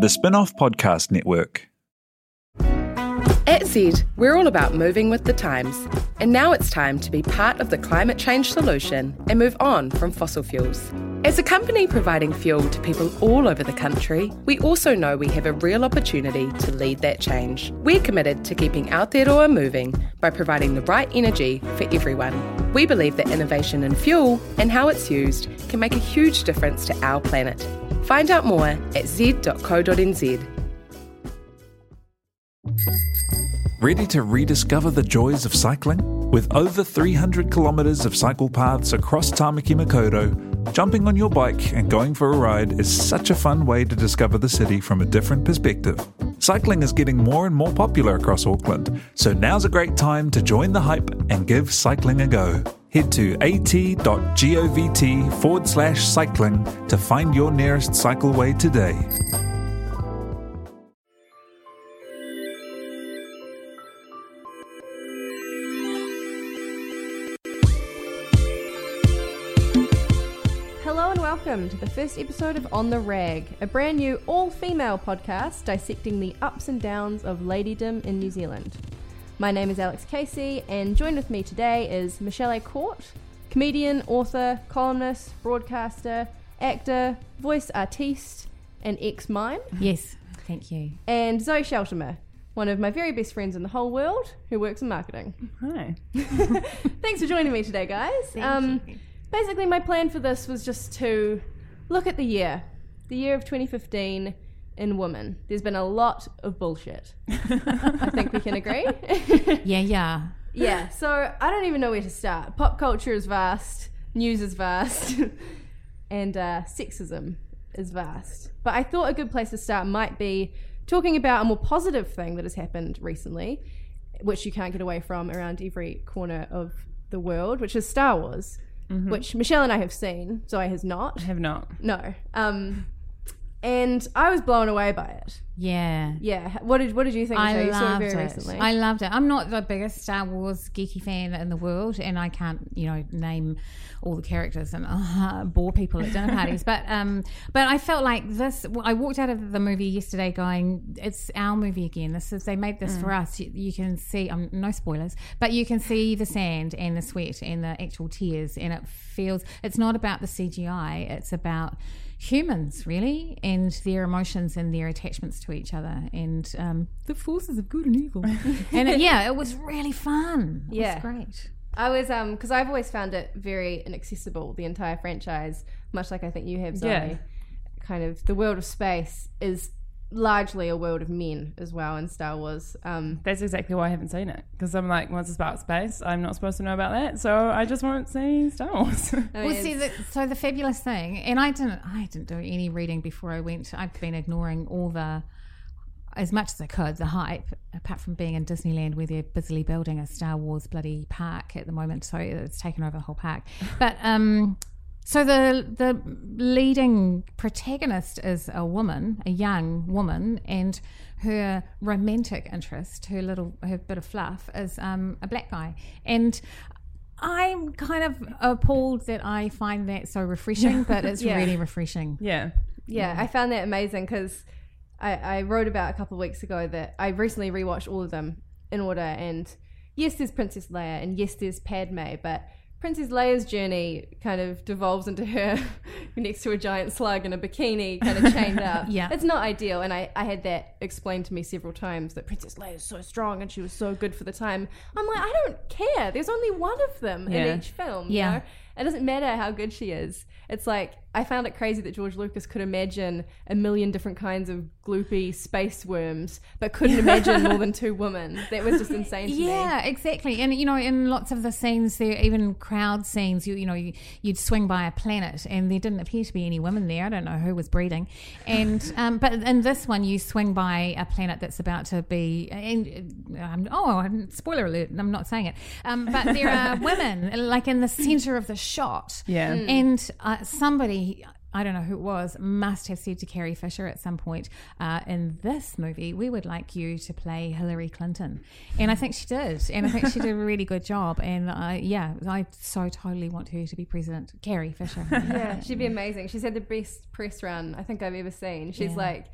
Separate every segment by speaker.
Speaker 1: The Spinoff Podcast Network.
Speaker 2: At Zed, we're all about moving with the times, and now it's time to be part of the climate change solution and move on from fossil fuels. As a company providing fuel to people all over the country, we also know we have a real opportunity to lead that change. We're committed to keeping Aotearoa moving by providing the right energy for everyone. We believe that innovation in fuel and how it's used can make a huge difference to our planet. Find out more at z.co.nz.
Speaker 1: Ready to rediscover the joys of cycling? With over 300 kilometres of cycle paths across Tamaki Makaurau, jumping on your bike and going for a ride is such a fun way to discover the city from a different perspective. Cycling is getting more and more popular across Auckland, so now's a great time to join the hype and give cycling a go. Head to at.govt forward slash cycling to find your nearest cycleway today.
Speaker 3: Hello and welcome to the first episode of On the Rag, a brand new all female podcast dissecting the ups and downs of ladydom in New Zealand. My name is Alex Casey, and joined with me today is Michelle A. Court, comedian, author, columnist, broadcaster, actor, voice artiste, and ex mime,
Speaker 4: Yes, thank you.
Speaker 3: and Zoe Sheltimer, one of my very best friends in the whole world who works in marketing.
Speaker 5: Hi.
Speaker 3: Thanks for joining me today, guys. Um, Basically, my plan for this was just to look at the year, the year of 2015 in women. There's been a lot of bullshit. I think we can agree.
Speaker 4: Yeah, yeah.
Speaker 3: yeah, so I don't even know where to start. Pop culture is vast, news is vast, and uh, sexism is vast. But I thought a good place to start might be talking about a more positive thing that has happened recently, which you can't get away from around every corner of the world, which is Star Wars, which Michelle and I have seen, Zoe has not.
Speaker 5: I have not.
Speaker 3: No. Um, and I was blown away by it.
Speaker 4: Yeah.
Speaker 3: Yeah. What did What did you think?
Speaker 4: I
Speaker 3: Michelle? you saw it
Speaker 4: loved
Speaker 3: very
Speaker 4: it.
Speaker 3: recently.
Speaker 4: I loved it. I'm not the biggest Star Wars geeky fan in the world, and I can't, you know, name all the characters and uh, bore people at dinner parties. But, um, but I felt like this. I walked out of the movie yesterday going, "It's our movie again. This is they made
Speaker 3: Mm.
Speaker 4: this for us. You, you can see, um, no spoilers, but you can see the sand and the sweat and the actual tears, and it feels. It's not about the CGI. It's about humans really and their emotions and their attachments to each other and um, the forces of good and evil and it, yeah it was really fun it
Speaker 3: Yeah.
Speaker 4: was great
Speaker 3: I was um because I've always found it very inaccessible. The entire franchise, much like I think you have, Zoe.
Speaker 5: Yeah.
Speaker 3: Kind of the world of space is largely a world of men as well in Star Wars. Um,
Speaker 5: That's exactly why I haven't seen it. Because I'm like, once it's about space, I'm not supposed to know about that. So I just won't see Star Wars.
Speaker 3: I
Speaker 4: well
Speaker 3: mean,
Speaker 4: see
Speaker 3: it's-
Speaker 4: the, so the fabulous thing and i didn't i didn't do any reading before i went i've been ignoring all the as much as I could, the hype, apart from being in Disneyland where they're busily building a Star Wars bloody park at the moment, so it's taken over the whole park. But um, so the the leading protagonist is a woman, a young woman, and her romantic interest, her little her bit of fluff, is um, a black guy, and. I'm kind of appalled that I find that so refreshing, but it's
Speaker 3: Yeah.
Speaker 4: really refreshing.
Speaker 5: yeah.
Speaker 3: yeah, I found that amazing because I, I wrote about a couple of weeks ago that I recently rewatched all of them in order. And yes, there's Princess Leia, and yes, there's Padme, but Princess Leia's journey kind of devolves into her next to a giant slug in a bikini, kind of chained up.
Speaker 4: Yeah.
Speaker 3: it's not ideal. And I, I had that explained to me several times that Princess Leia is so strong and she was so good for the time. I'm like, I don't care. There's only one of them
Speaker 5: Yeah.
Speaker 3: in each film. You
Speaker 4: Yeah.
Speaker 3: know? It doesn't matter how good she is. It's like I found it crazy that George Lucas could imagine a million different kinds of gloopy space worms, but couldn't imagine more than two women. That was just insane to me.
Speaker 4: Yeah, exactly. And you know, in lots of the scenes, there even crowd scenes. You you know, you, you'd swing by a planet, and there didn't appear to be any women there. I don't know who was breeding, and um, but in this one, you swing by a planet that's about to be. And, um, oh, I'm- spoiler alert! I'm not saying it, um, but there are women like in the center of the shot.
Speaker 5: Yeah. Mm.
Speaker 4: and uh, somebody. I don't know who it was, must have said to Carrie Fisher at some point uh, in this movie, we would like you to play Hillary Clinton. And I think she did. And I think she did a really good job. And I, yeah, I so totally want her to be president. Carrie Fisher.
Speaker 3: Yeah, she'd be amazing. She's had the best press run I think I've ever seen. She's
Speaker 4: Yeah.
Speaker 3: like,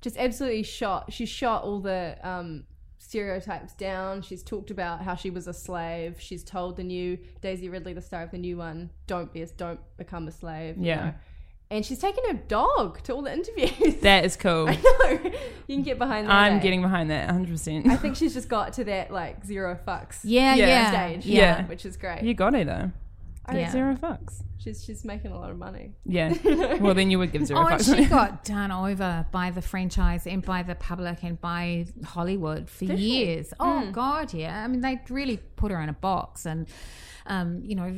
Speaker 3: just absolutely shot. She's shot all the um, stereotypes down. She's talked about how she was a slave. She's told the new Daisy Ridley, the star of the new one, don't be a, don't become a slave. you
Speaker 5: Yeah.
Speaker 3: know. And she's taken her dog to all the interviews.
Speaker 5: That is cool.
Speaker 3: I know. You can get behind that.
Speaker 5: I'm
Speaker 3: eh?
Speaker 5: getting behind that 100%.
Speaker 3: I think she's just got to that like zero fucks.
Speaker 4: Yeah,
Speaker 5: Yeah.
Speaker 4: yeah,
Speaker 3: Stage.
Speaker 4: yeah.
Speaker 5: Yeah.
Speaker 3: Which is great.
Speaker 5: you got it though. I
Speaker 4: Yeah.
Speaker 5: yeah. zero fucks.
Speaker 3: She's she's making a lot of money.
Speaker 5: Yeah. well, then you would give zero
Speaker 4: Oh, and
Speaker 5: fucks.
Speaker 4: she got done over by the franchise and by the public and by Hollywood for years. Oh
Speaker 5: Mm.
Speaker 4: God, yeah. I mean, they really put her in a box, and um, you know,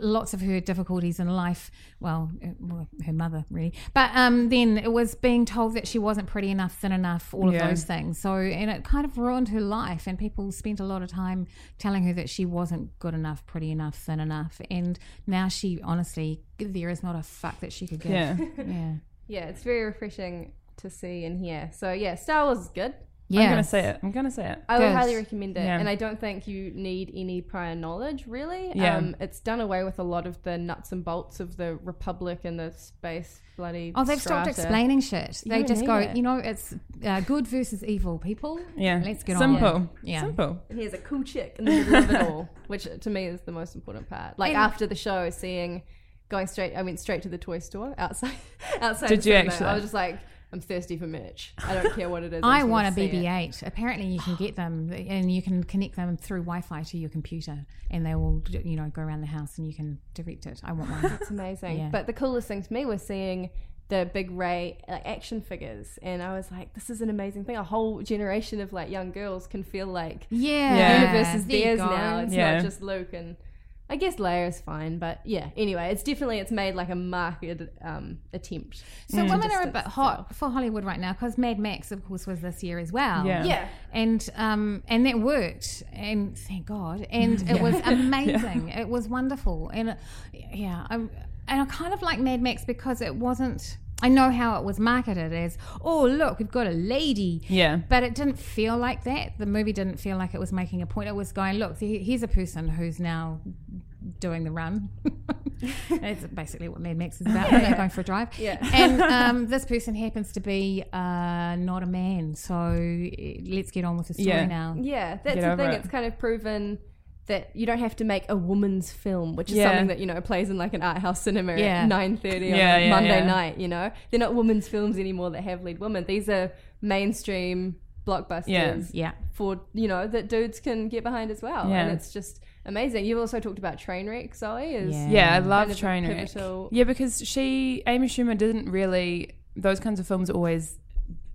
Speaker 4: lots of her difficulties in life. Well, uh, well, her mother really, but um, then it was being told that she wasn't pretty enough, thin enough, all
Speaker 5: Yeah.
Speaker 4: of those things. So, and it kind of ruined her life. And people spent a lot of time telling her that she wasn't good enough, pretty enough, thin enough. And now she, honestly, there is not a fuck that she could give.
Speaker 5: yeah.
Speaker 4: Yeah.
Speaker 3: Yeah, it's very refreshing to see and hear. So yeah, Star Wars is good.
Speaker 4: Yeah.
Speaker 5: I'm going to say it. I'm going to say it.
Speaker 3: I
Speaker 4: Good.
Speaker 3: would highly recommend it.
Speaker 5: Yeah.
Speaker 3: And I don't think you need any prior knowledge, really.
Speaker 5: Yeah.
Speaker 3: Um, it's done away with a lot of the nuts and bolts of the Republic and the space bloody.
Speaker 4: Oh, they've stopped
Speaker 3: strata.
Speaker 4: explaining shit. They
Speaker 5: don't
Speaker 4: just
Speaker 5: need
Speaker 4: go,
Speaker 5: it.
Speaker 4: you know, it's uh, good versus evil people.
Speaker 5: Yeah.
Speaker 4: Let's get
Speaker 5: Simple.
Speaker 4: on. Yeah.
Speaker 5: Simple.
Speaker 3: Here's a cool chick in the middle of it all, which to me is the most important part. Like after the show, seeing going straight, I went straight to the toy store outside. outside
Speaker 5: Did
Speaker 3: the
Speaker 5: you
Speaker 3: cinema.
Speaker 5: actually?
Speaker 3: I was just like, I'm thirsty for merch. I don't care what it is. I,
Speaker 4: I
Speaker 3: just
Speaker 4: want a
Speaker 3: to see it.
Speaker 4: BB-8. Apparently, you can get them, and you can connect them through Wi-Fi to your computer, and they will, you know, go around the house, and you can direct it. I want one.
Speaker 3: It's amazing.
Speaker 4: Yeah.
Speaker 3: But the coolest thing to me was seeing the big Ray like, action figures, and I was like, this is an amazing thing. A whole generation of like young girls can feel like
Speaker 4: yeah.
Speaker 5: Yeah.
Speaker 3: the universe is
Speaker 4: There you
Speaker 3: theirs
Speaker 4: go.
Speaker 3: now. It's
Speaker 5: Yeah.
Speaker 3: not just Luke and. I guess Leia's fine, but yeah. Anyway, it's definitely it's made like a marketed um, attempt.
Speaker 4: So
Speaker 5: Mm.
Speaker 4: women are a
Speaker 3: distance
Speaker 4: bit hot for Hollywood right now because Mad Max, of course, was this year as well.
Speaker 5: Yeah.
Speaker 3: Yeah.
Speaker 4: and um, and that worked, and thank God, and it was amazing. It was wonderful, and uh, yeah, I, and I kind of like Mad Max because it wasn't. I know how it was marketed as, oh look, we've got a lady.
Speaker 5: Yeah.
Speaker 4: But it didn't feel like that. The movie didn't feel like it was making a point. It was going, look, he- here's a person who's now doing the run. it's basically what Mad Max is about. They're going for a drive.
Speaker 3: Yeah.
Speaker 4: And um, this person happens to be uh, not a man. So eh, let's get on with the story
Speaker 5: Yeah.
Speaker 4: now.
Speaker 3: Yeah, that's
Speaker 5: Get
Speaker 3: the
Speaker 5: over
Speaker 3: thing.
Speaker 5: it.
Speaker 3: It's kind of proven that you don't have to make a woman's film, which is
Speaker 5: Yeah.
Speaker 3: something that you know plays in like an art house cinema
Speaker 4: Yeah.
Speaker 3: at nine thirty
Speaker 5: Yeah,
Speaker 3: on a
Speaker 5: yeah,
Speaker 3: Monday
Speaker 5: yeah.
Speaker 3: night. You know, they're not women's films anymore that have lead women. These are mainstream blockbusters
Speaker 5: Yeah.
Speaker 4: Yeah.
Speaker 3: for you know that dudes can get behind as well.
Speaker 5: Yeah.
Speaker 3: And it's just amazing. You've also talked about Trainwreck, Zoe. Is
Speaker 4: Yeah.
Speaker 5: Yeah, I
Speaker 3: Kind
Speaker 5: love
Speaker 3: of a
Speaker 5: Trainwreck.
Speaker 3: pivotal-
Speaker 5: Yeah, because she, Amy Schumer, didn't really. Those kinds of films are always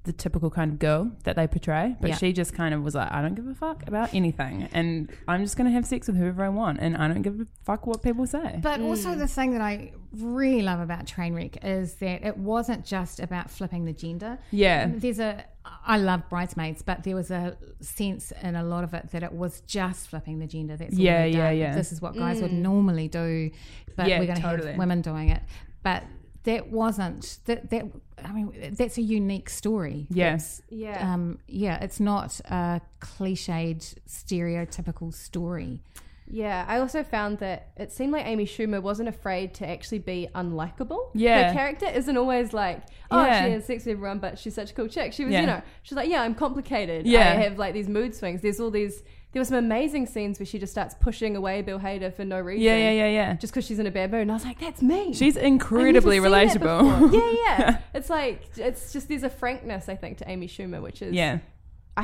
Speaker 5: the typical kind of girl that they portray, but
Speaker 4: Yeah.
Speaker 5: she just kind of was like, I don't give a fuck about anything, and I'm just gonna have sex with whoever I want, and I don't give a fuck what people say.
Speaker 4: But also the thing that I really love about Trainwreck is that it wasn't just about flipping the gender.
Speaker 5: Yeah.
Speaker 4: There's a I love bridesmaids, but there was a sense in a lot of it that it was just flipping the gender. That's all
Speaker 5: Yeah,
Speaker 4: they've
Speaker 5: yeah,
Speaker 4: done.
Speaker 5: yeah.
Speaker 4: This is what guys would normally do, but
Speaker 5: Yeah,
Speaker 4: we're going to
Speaker 5: totally.
Speaker 4: have women doing it. But that wasn't that that I mean that's a unique story.
Speaker 5: yes,
Speaker 3: yeah.
Speaker 4: Um, yeah, it's not a cliched, stereotypical story.
Speaker 3: Yeah, I also found that it seemed like Amy Schumer wasn't afraid to actually be unlikable.
Speaker 5: Yeah.
Speaker 3: Her character isn't always like, oh,
Speaker 5: Yeah.
Speaker 3: she has sex with everyone, but she's such a cool chick. She was,
Speaker 5: Yeah.
Speaker 3: you know, she's like, yeah, I'm complicated.
Speaker 5: Yeah.
Speaker 3: I have like these mood swings. There's all these, there were some amazing scenes where she just starts pushing away Bill Hader for no reason.
Speaker 5: yeah, yeah, yeah, yeah.
Speaker 3: Just because she's in a bad mood. And I was like, that's me.
Speaker 5: She's
Speaker 3: I've never
Speaker 5: incredibly
Speaker 3: seen that
Speaker 5: relatable.
Speaker 3: before. yeah, yeah. It's like, it's just, there's a frankness, I think, to Amy Schumer, which is,
Speaker 5: yeah, Mm.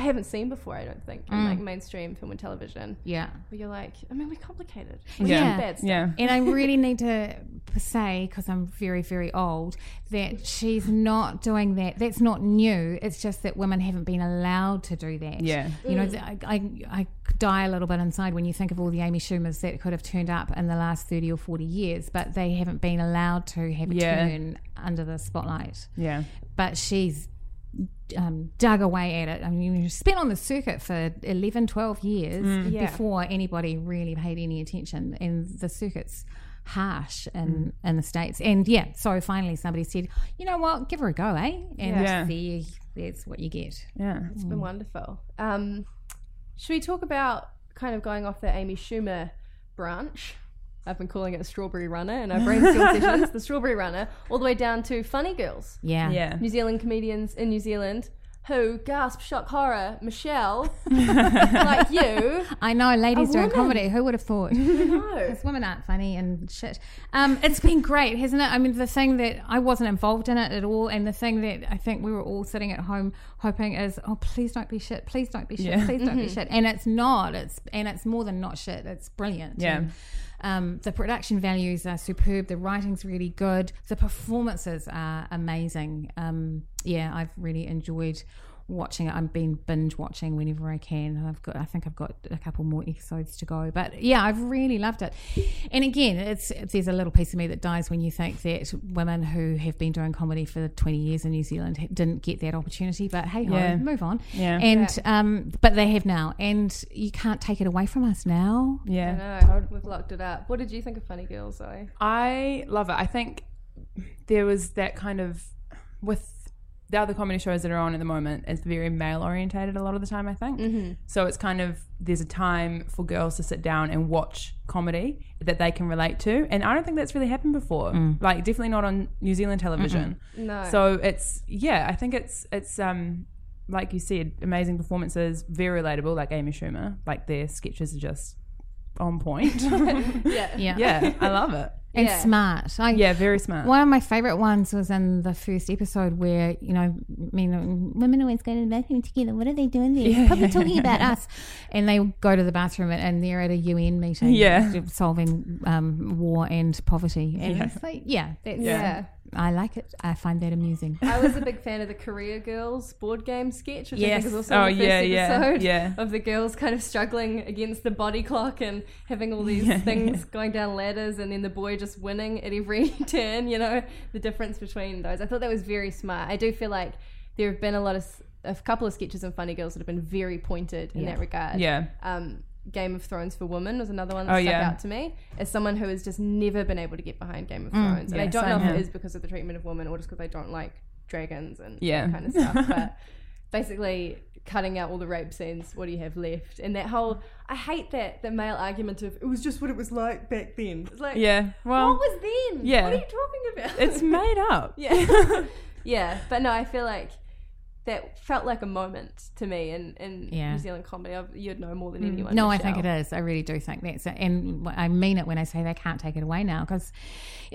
Speaker 3: I haven't seen before, I don't think, in like mainstream film and television.
Speaker 4: Yeah.
Speaker 3: But you're like, I mean, we're complicated. We do
Speaker 5: yeah,
Speaker 3: bad stuff.
Speaker 5: yeah.
Speaker 4: And I really need to say, because I'm very, very old, that she's not doing that. That's not new. It's just that women haven't been allowed to do that.
Speaker 5: Yeah.
Speaker 4: You know, th- I, I, I die a little bit inside when you think of all the Amy Schumers that could have turned up in the last 30 or 40 years, but they haven't been allowed to have a
Speaker 5: Yeah.
Speaker 4: turn under the spotlight.
Speaker 5: yeah.
Speaker 4: But she's um, dug away at it. I mean, she's been on the circuit for 11, 12 years
Speaker 3: Mm. Yeah.
Speaker 4: before anybody really paid any attention. And the circuit's harsh in,
Speaker 3: Mm.
Speaker 4: in the States. And yeah, so finally somebody said, you know what, give her a go, eh? And
Speaker 5: Yeah.
Speaker 4: there, that's what you get.
Speaker 5: Yeah.
Speaker 3: It's been wonderful. Um, should we talk about kind of going off the Amy Schumer branch? I've been calling it Strawberry Runner in our brainstorm sessions, the Strawberry Runner, all the way down to Funny Girls,
Speaker 4: Yeah.
Speaker 5: Yeah.
Speaker 3: New Zealand comedians in New Zealand who, gasp, shock, horror, Michelle, like you.
Speaker 4: I know, ladies
Speaker 3: A
Speaker 4: doing
Speaker 3: woman.
Speaker 4: comedy. Who would have thought?
Speaker 3: No.
Speaker 4: Because women aren't funny and shit. Um, it's been great, hasn't it? I mean, the thing that I wasn't involved in it at all, and the thing that I think we were all sitting at home hoping is, oh, please don't be shit, please don't be shit,
Speaker 5: Yeah. Mm-hmm.
Speaker 4: please don't be shit. And it's not. It's and it's more than not shit. It's brilliant.
Speaker 5: Yeah.
Speaker 4: And, um, the production values are superb. The writing's really good. The performances are amazing. Um, yeah, I've really enjoyed watching it. I've been binge watching whenever I can. I've got, I think I've got a couple more episodes to go. But yeah, I've really loved it. And again, it's there's a little piece of me that dies when you think that women who have been doing comedy for 20 years in New Zealand didn't get that opportunity. But hey, ho,
Speaker 5: Yeah.
Speaker 4: move on.
Speaker 5: Yeah.
Speaker 4: And um, but they have now, and you can't take it away from us now.
Speaker 5: Yeah.
Speaker 3: I know, we've locked it up. What did you think of Funny Girls, Zoe?
Speaker 5: I love it. I think there was that kind of with the other comedy shows that are on at the moment, it's very male orientated a lot of the time, I think.
Speaker 3: Mm-hmm.
Speaker 5: So it's kind of there's a time for girls to sit down and watch comedy that they can relate to. And I don't think that's really happened before. Like definitely not on New Zealand television.
Speaker 3: No.
Speaker 5: So it's yeah, I think it's it's um like you said, amazing performances, very relatable, like Amy Schumer. Like their sketches are just on point.
Speaker 3: yeah.
Speaker 4: Yeah.
Speaker 5: yeah, I love it.
Speaker 4: and
Speaker 3: Yeah.
Speaker 4: smart. I,
Speaker 5: Yeah, very smart.
Speaker 4: One of my favorite ones was in the first episode where, you know, you know, women always go to the bathroom together. What are they doing there? Probably talking about us. And they go to the bathroom and, and they're at a UN meeting
Speaker 5: Yeah.
Speaker 4: solving um, war and poverty. And it's like, yeah, that's,
Speaker 3: Yeah.
Speaker 4: I like it. I find that amusing.
Speaker 3: I was a big fan of the Career Girls board game sketch, which I
Speaker 4: Yes.
Speaker 3: think is also in the first
Speaker 5: Oh, yeah, yeah,
Speaker 3: episode
Speaker 5: yeah.
Speaker 3: of the girls kind of struggling against the body clock and having all these things going down ladders, and then the boy just winning at every turn. You know the difference between those. I thought that was very smart. I do feel like there have been a lot of s- a couple of sketches in Funny Girls that have been very pointed in that regard.
Speaker 5: Yeah.
Speaker 3: Um, Game of Thrones for Women was another one that
Speaker 5: Oh,
Speaker 3: stuck
Speaker 5: yeah.
Speaker 3: out to me as someone who has just never been able to get behind Game of Thrones. and I
Speaker 5: Mm, yeah,
Speaker 3: don't know
Speaker 5: same
Speaker 3: if it
Speaker 5: here.
Speaker 3: is because of the treatment of women or just because I don't like dragons and
Speaker 5: Yeah.
Speaker 3: that kind of stuff. But basically, cutting out all the rape scenes, what do you have left? And that whole, I hate that the male argument of it was just what it was like back then. It's like,
Speaker 5: Yeah. Well,
Speaker 3: what was then?
Speaker 5: yeah.
Speaker 3: What are you talking about?
Speaker 5: it's made up.
Speaker 3: yeah, yeah. But no, I feel like that felt like a moment to me in, in
Speaker 4: Yeah. Mm.
Speaker 3: New Zealand comedy. I've, you'd know more than anyone.
Speaker 4: No, I think it is. I really do think that's it. And I mean it when I say they can't take it away now because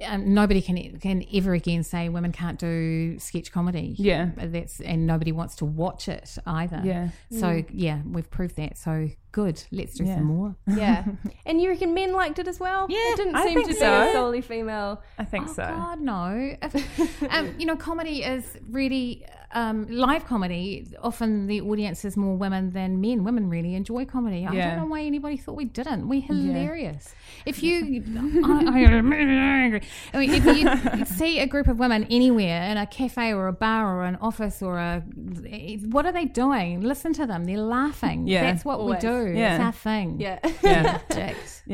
Speaker 4: um, nobody can can ever again say women can't do sketch comedy.
Speaker 5: Yeah.
Speaker 4: that's and nobody wants to watch it either.
Speaker 5: Yeah. Mm.
Speaker 4: So yeah, we've proved that. So good. Let's do
Speaker 5: Yeah.
Speaker 4: some more.
Speaker 3: Yeah, and you reckon men liked it as well?
Speaker 4: Yeah,
Speaker 3: it didn't
Speaker 5: I
Speaker 3: seem
Speaker 5: think
Speaker 3: to be
Speaker 5: so.
Speaker 3: a solely female.
Speaker 5: I think
Speaker 4: Oh
Speaker 5: so.
Speaker 4: God, no. If- um, you know, comedy is really um, live comedy. Often the audience is more women than men. Women really enjoy comedy. I
Speaker 5: Yeah.
Speaker 4: don't know why anybody thought we didn't. We're hilarious. If you, I, I am really angry. I mean, if you see a group of women anywhere in a cafe or a bar or an office or a, what are they doing? Listen to them. They're laughing.
Speaker 5: Yeah.
Speaker 4: that's what
Speaker 3: Always.
Speaker 4: we do. It's
Speaker 5: Yeah.
Speaker 4: our thing.
Speaker 3: Yeah,
Speaker 5: Yeah.
Speaker 4: Jacked.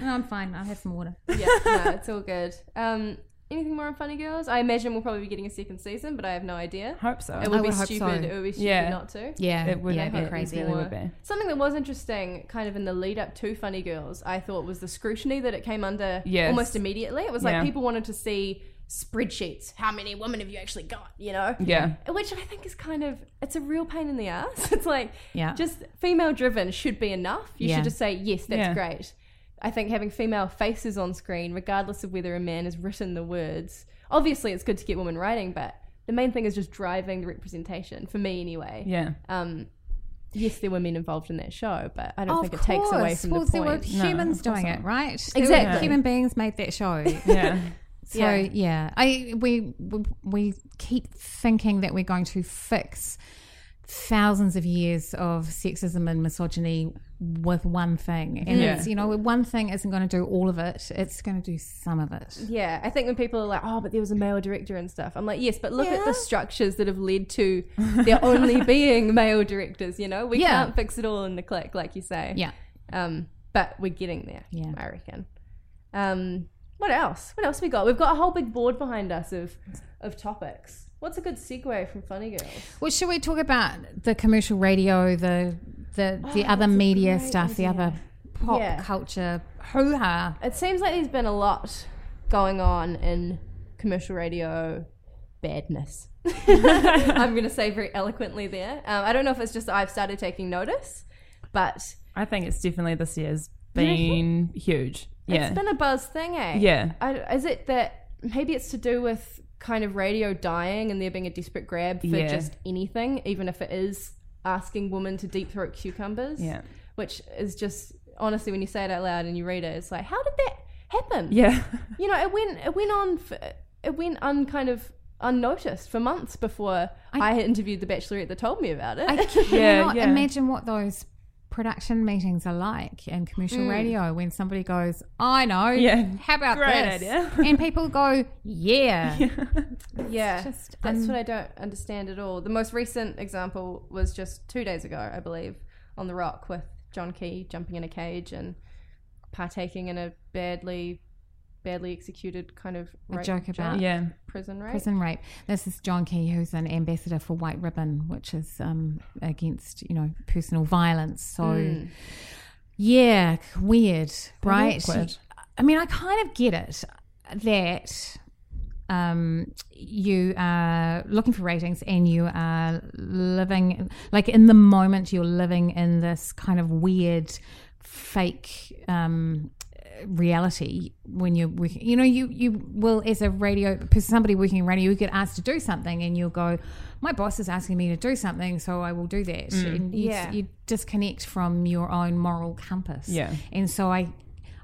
Speaker 4: no, I'm fine. I'll have some water.
Speaker 3: yeah, no, it's all good. Um, anything more on Funny Girls? I imagine we'll probably be getting a second season, but I have no idea.
Speaker 5: Hope so.
Speaker 3: It would, be
Speaker 4: would hope
Speaker 3: stupid.
Speaker 4: so.
Speaker 3: It would be stupid
Speaker 5: Yeah.
Speaker 3: not to.
Speaker 4: Yeah,
Speaker 5: It would
Speaker 4: yeah,
Speaker 5: be
Speaker 4: it'd
Speaker 5: it
Speaker 4: crazy.
Speaker 5: really would be.
Speaker 3: Something that was interesting, kind of in the lead up to Funny Girls, I thought was the scrutiny that it came under
Speaker 5: Yes.
Speaker 3: almost immediately. It was like
Speaker 5: Yeah.
Speaker 3: people wanted to see spreadsheets. How many women have you actually got? You know?
Speaker 5: Yeah.
Speaker 3: Which I think is kind of it's a real pain in the ass. It's like
Speaker 4: Yeah.
Speaker 3: just female driven should be enough. You
Speaker 4: Yeah.
Speaker 3: should just say yes, that's
Speaker 5: Yeah.
Speaker 3: great. I think having female faces on screen, regardless of whether a man has written the words, obviously it's good to get women writing, but the main thing is just driving the representation for me anyway.
Speaker 5: Yeah.
Speaker 3: Um, yes, there were men involved in that show, but I don't think it takes away from
Speaker 4: well,
Speaker 3: the
Speaker 4: there were
Speaker 3: point.
Speaker 4: humans doing it, right? There were
Speaker 3: Exactly.
Speaker 4: human beings made that show.
Speaker 5: Yeah.
Speaker 4: So
Speaker 3: Yeah.
Speaker 4: yeah. I we we- we keep thinking that we're going to fix thousands of years of sexism and misogyny with one thing, and
Speaker 5: Yeah.
Speaker 4: it's you know one thing isn't going to do all of it. It's going to do some of it.
Speaker 3: Yeah, I think when people are like, "Oh, but there was a male director and stuff," I'm like, "Yes, but look at the structures that have led to there only being male directors." You know, we
Speaker 4: Yeah.
Speaker 3: can't fix it all in the click, like you say.
Speaker 4: Yeah.
Speaker 3: Um, but we're getting there.
Speaker 4: Yeah.
Speaker 3: I reckon. Um, what else? What else we got? We've got a whole big board behind us of of topics. What's a good segue from Funny Girls?
Speaker 4: Well, should we
Speaker 3: Oh,
Speaker 4: talk about the commercial radio, the the the other media stuff, the other pop
Speaker 3: Yeah.
Speaker 4: culture hoo ha.
Speaker 3: It seems like there's been a lot going on in commercial radio badness. I'm going to say very eloquently there. Um, I don't know if it's just that I've started taking notice, but
Speaker 5: I think it's definitely this year's been huge. Yeah.
Speaker 3: it's been a buzz thing, eh?
Speaker 5: Yeah.
Speaker 3: I, is it that maybe it's to do with kind of radio dying and there being a desperate grab for
Speaker 5: Yeah.
Speaker 3: just anything, even if it is asking women to deep throat cucumbers?
Speaker 5: Yeah.
Speaker 3: Which is just, honestly, when you say it out loud and you read it, it's like, how did that happen?
Speaker 5: yeah.
Speaker 3: you know, it went it went on for, it went un kind of unnoticed for months before I, interviewed the bachelorette that told me about it.
Speaker 4: I cannot
Speaker 5: yeah.
Speaker 4: imagine what those production meetings are like in commercial radio when somebody goes, I know,
Speaker 5: Mm. Yeah.
Speaker 4: how about
Speaker 5: Great
Speaker 4: this?
Speaker 5: idea.
Speaker 4: and people go, yeah.
Speaker 3: yeah,
Speaker 4: just
Speaker 3: that's
Speaker 4: un-
Speaker 3: what I don't understand at all. The most recent example was just two days ago, I believe, on the Rock with John Key jumping in a cage and partaking in a badly, badly executed kind of
Speaker 4: A
Speaker 3: rape
Speaker 4: joke about
Speaker 5: Yeah.
Speaker 3: prison rape.
Speaker 4: prison rape. This is John Key, who's an ambassador for White Ribbon, which is um, against you know personal violence. So,
Speaker 5: Mm.
Speaker 4: yeah, weird, right?
Speaker 5: awkward.
Speaker 4: I mean, I kind of get it that um, you are looking for ratings and you are living like in the moment you're living in this kind of weird fake um, reality when you're working you know you you will as a radio somebody working in radio you get asked to do something and you'll go my boss is asking me to do something so i will do that and you,
Speaker 3: Yeah.
Speaker 4: you disconnect from your own moral compass
Speaker 5: Yeah.
Speaker 4: and so i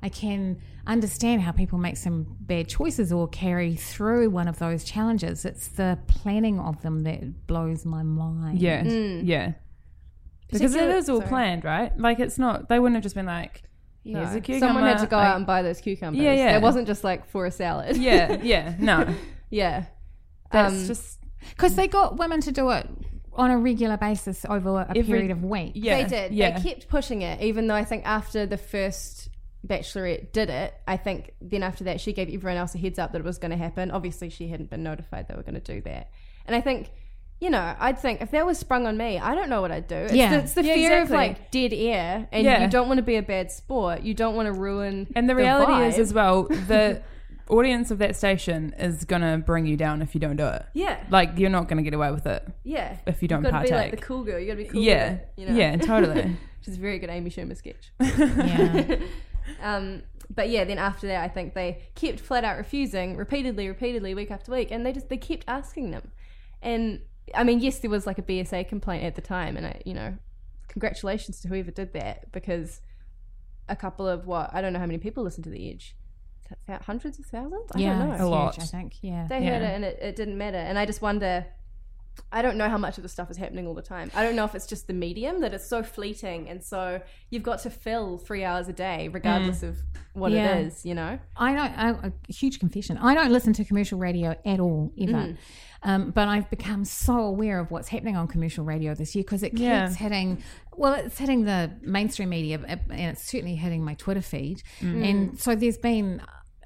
Speaker 4: i can understand how people make some bad choices or carry through one of those challenges it's the planning of them that blows my mind
Speaker 5: Yeah.
Speaker 3: Mm.
Speaker 5: Yeah. Because it
Speaker 3: Particular-
Speaker 5: is all
Speaker 3: sorry.
Speaker 5: planned, right? Like it's not. They wouldn't have just been like,
Speaker 3: No.
Speaker 5: "Here's a cucumber."
Speaker 3: Someone had to go
Speaker 5: like-
Speaker 3: out and buy those cucumbers.
Speaker 5: Yeah, yeah.
Speaker 3: It wasn't just like for a salad.
Speaker 5: yeah. Yeah. No.
Speaker 3: yeah.
Speaker 5: That's
Speaker 3: Um,
Speaker 5: just.
Speaker 4: because they got women to do it on a regular basis over a
Speaker 5: Every-
Speaker 4: period of weeks
Speaker 5: Yeah.
Speaker 3: They did.
Speaker 5: Yeah.
Speaker 3: They kept pushing it, even though I think after the first Bachelorette did it, I think then after that she gave everyone else a heads up that it was going to happen. Obviously, she hadn't been notified they were going to do that. And I think, you know, I'd think if that was sprung on me, I don't know what I'd do. It's
Speaker 4: Yeah.
Speaker 3: the, it's the
Speaker 5: Yeah,
Speaker 3: fear
Speaker 5: exactly.
Speaker 3: of like dead air, and
Speaker 5: Yeah.
Speaker 3: you don't want to be a bad sport. You don't want to ruin.
Speaker 5: And the reality is,
Speaker 3: vibe.
Speaker 5: as well, the audience of that station is gonna bring you down if you don't do it.
Speaker 3: yeah,
Speaker 5: Like you're not gonna get away with it.
Speaker 3: yeah.
Speaker 5: if you don't
Speaker 3: gotta be like the
Speaker 5: partake.
Speaker 3: cool girl. You got to be cool.
Speaker 5: yeah.
Speaker 3: with it, you know?
Speaker 5: Yeah. Totally.
Speaker 3: which is a very good Amy Schumer sketch.
Speaker 4: yeah.
Speaker 3: Um, but yeah, then after that, I think they kept flat out refusing repeatedly, repeatedly, week after week, and they just they kept asking them. And I mean, yes, there was like a BSA complaint at the time, and I, you know, congratulations to whoever did that because a couple of what I don't know how many people listened to the Edge, Thou- hundreds of thousands. I
Speaker 4: yeah,
Speaker 3: don't know.
Speaker 4: it's
Speaker 5: A
Speaker 4: huge,
Speaker 5: lot.
Speaker 4: I think. Yeah.
Speaker 3: They heard
Speaker 5: Yeah.
Speaker 3: it and it, it didn't matter. And I just wonder I don't know how much of the stuff is happening all the time. I don't know if it's just the medium that it's so fleeting and so you've got to fill three hours a day, regardless of what
Speaker 4: Mm. Yeah.
Speaker 3: it is, you know?
Speaker 4: I don't. I, a huge confession. I don't listen to commercial radio at all ever.
Speaker 5: Mm.
Speaker 4: Um, but I've become so aware of what's happening on commercial radio this year because it keeps
Speaker 5: Yeah.
Speaker 4: hitting. Well, it's hitting the mainstream media, uh, and it's certainly hitting my Twitter feed.
Speaker 5: Mm.
Speaker 4: And so there's been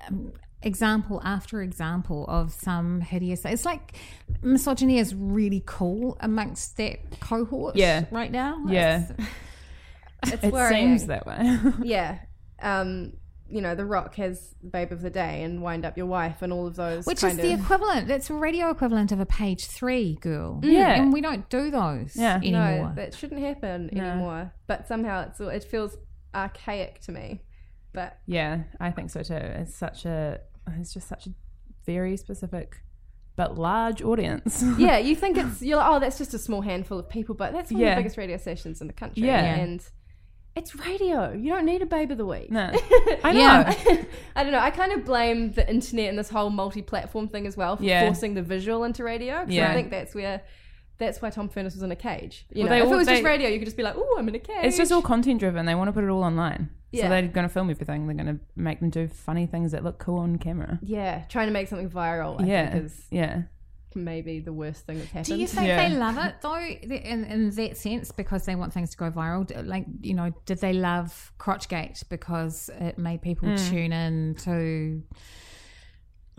Speaker 4: um, example after example of some hideous. It's like misogyny is really cool amongst that cohort.
Speaker 5: Yeah.
Speaker 4: Right now.
Speaker 5: Yeah.
Speaker 4: It's-
Speaker 3: It's
Speaker 5: it
Speaker 3: worrying.
Speaker 5: seems that way.
Speaker 3: yeah. Um, you know, The Rock has Babe of the Day and Wind Up Your Wife and all of those.
Speaker 4: Which is
Speaker 3: kind
Speaker 4: the
Speaker 3: of,
Speaker 4: equivalent. It's a radio equivalent of a page three girl.
Speaker 5: Mm. Yeah.
Speaker 4: And we don't do those
Speaker 5: Yeah. No,
Speaker 4: anymore.
Speaker 3: No, that shouldn't happen anymore. But somehow it's all- it feels archaic to me. But
Speaker 5: Yeah, I think so too. It's such a it's just such a very specific but large audience.
Speaker 3: yeah, you think it's you're like, oh, that's just a small handful of people, but that's one of
Speaker 5: Yeah.
Speaker 3: the biggest radio stations in the country.
Speaker 5: Yeah.
Speaker 3: and it's radio. You don't need a babe of the week.
Speaker 5: no. I know.
Speaker 4: Yeah.
Speaker 3: I don't know. I kind of blame the internet and this whole multi-platform thing as well for
Speaker 5: Yeah.
Speaker 3: forcing the visual into radio. 'cause
Speaker 5: Yeah.
Speaker 3: I think that's where. That's why Tom Furness was in a cage. You
Speaker 5: Well,
Speaker 3: know,
Speaker 5: they
Speaker 3: if
Speaker 5: all-
Speaker 3: it was
Speaker 5: they-
Speaker 3: just radio, you could just be like, "Oh, I'm in a cage."
Speaker 5: It's just all content driven. They want to put it all online. So
Speaker 3: Yeah.
Speaker 5: they're going to film everything. They're going to make them do funny things that look cool on camera.
Speaker 3: yeah, trying to make something viral. I
Speaker 5: yeah.
Speaker 3: think is
Speaker 5: yeah.
Speaker 3: maybe the worst thing that's happened.
Speaker 4: do you think
Speaker 5: Yeah.
Speaker 4: they love it though, th- in, in that sense, because they want things to go viral? D- Like, you know, did they love Crotchgate because it made people
Speaker 5: Hmm.
Speaker 4: tune in to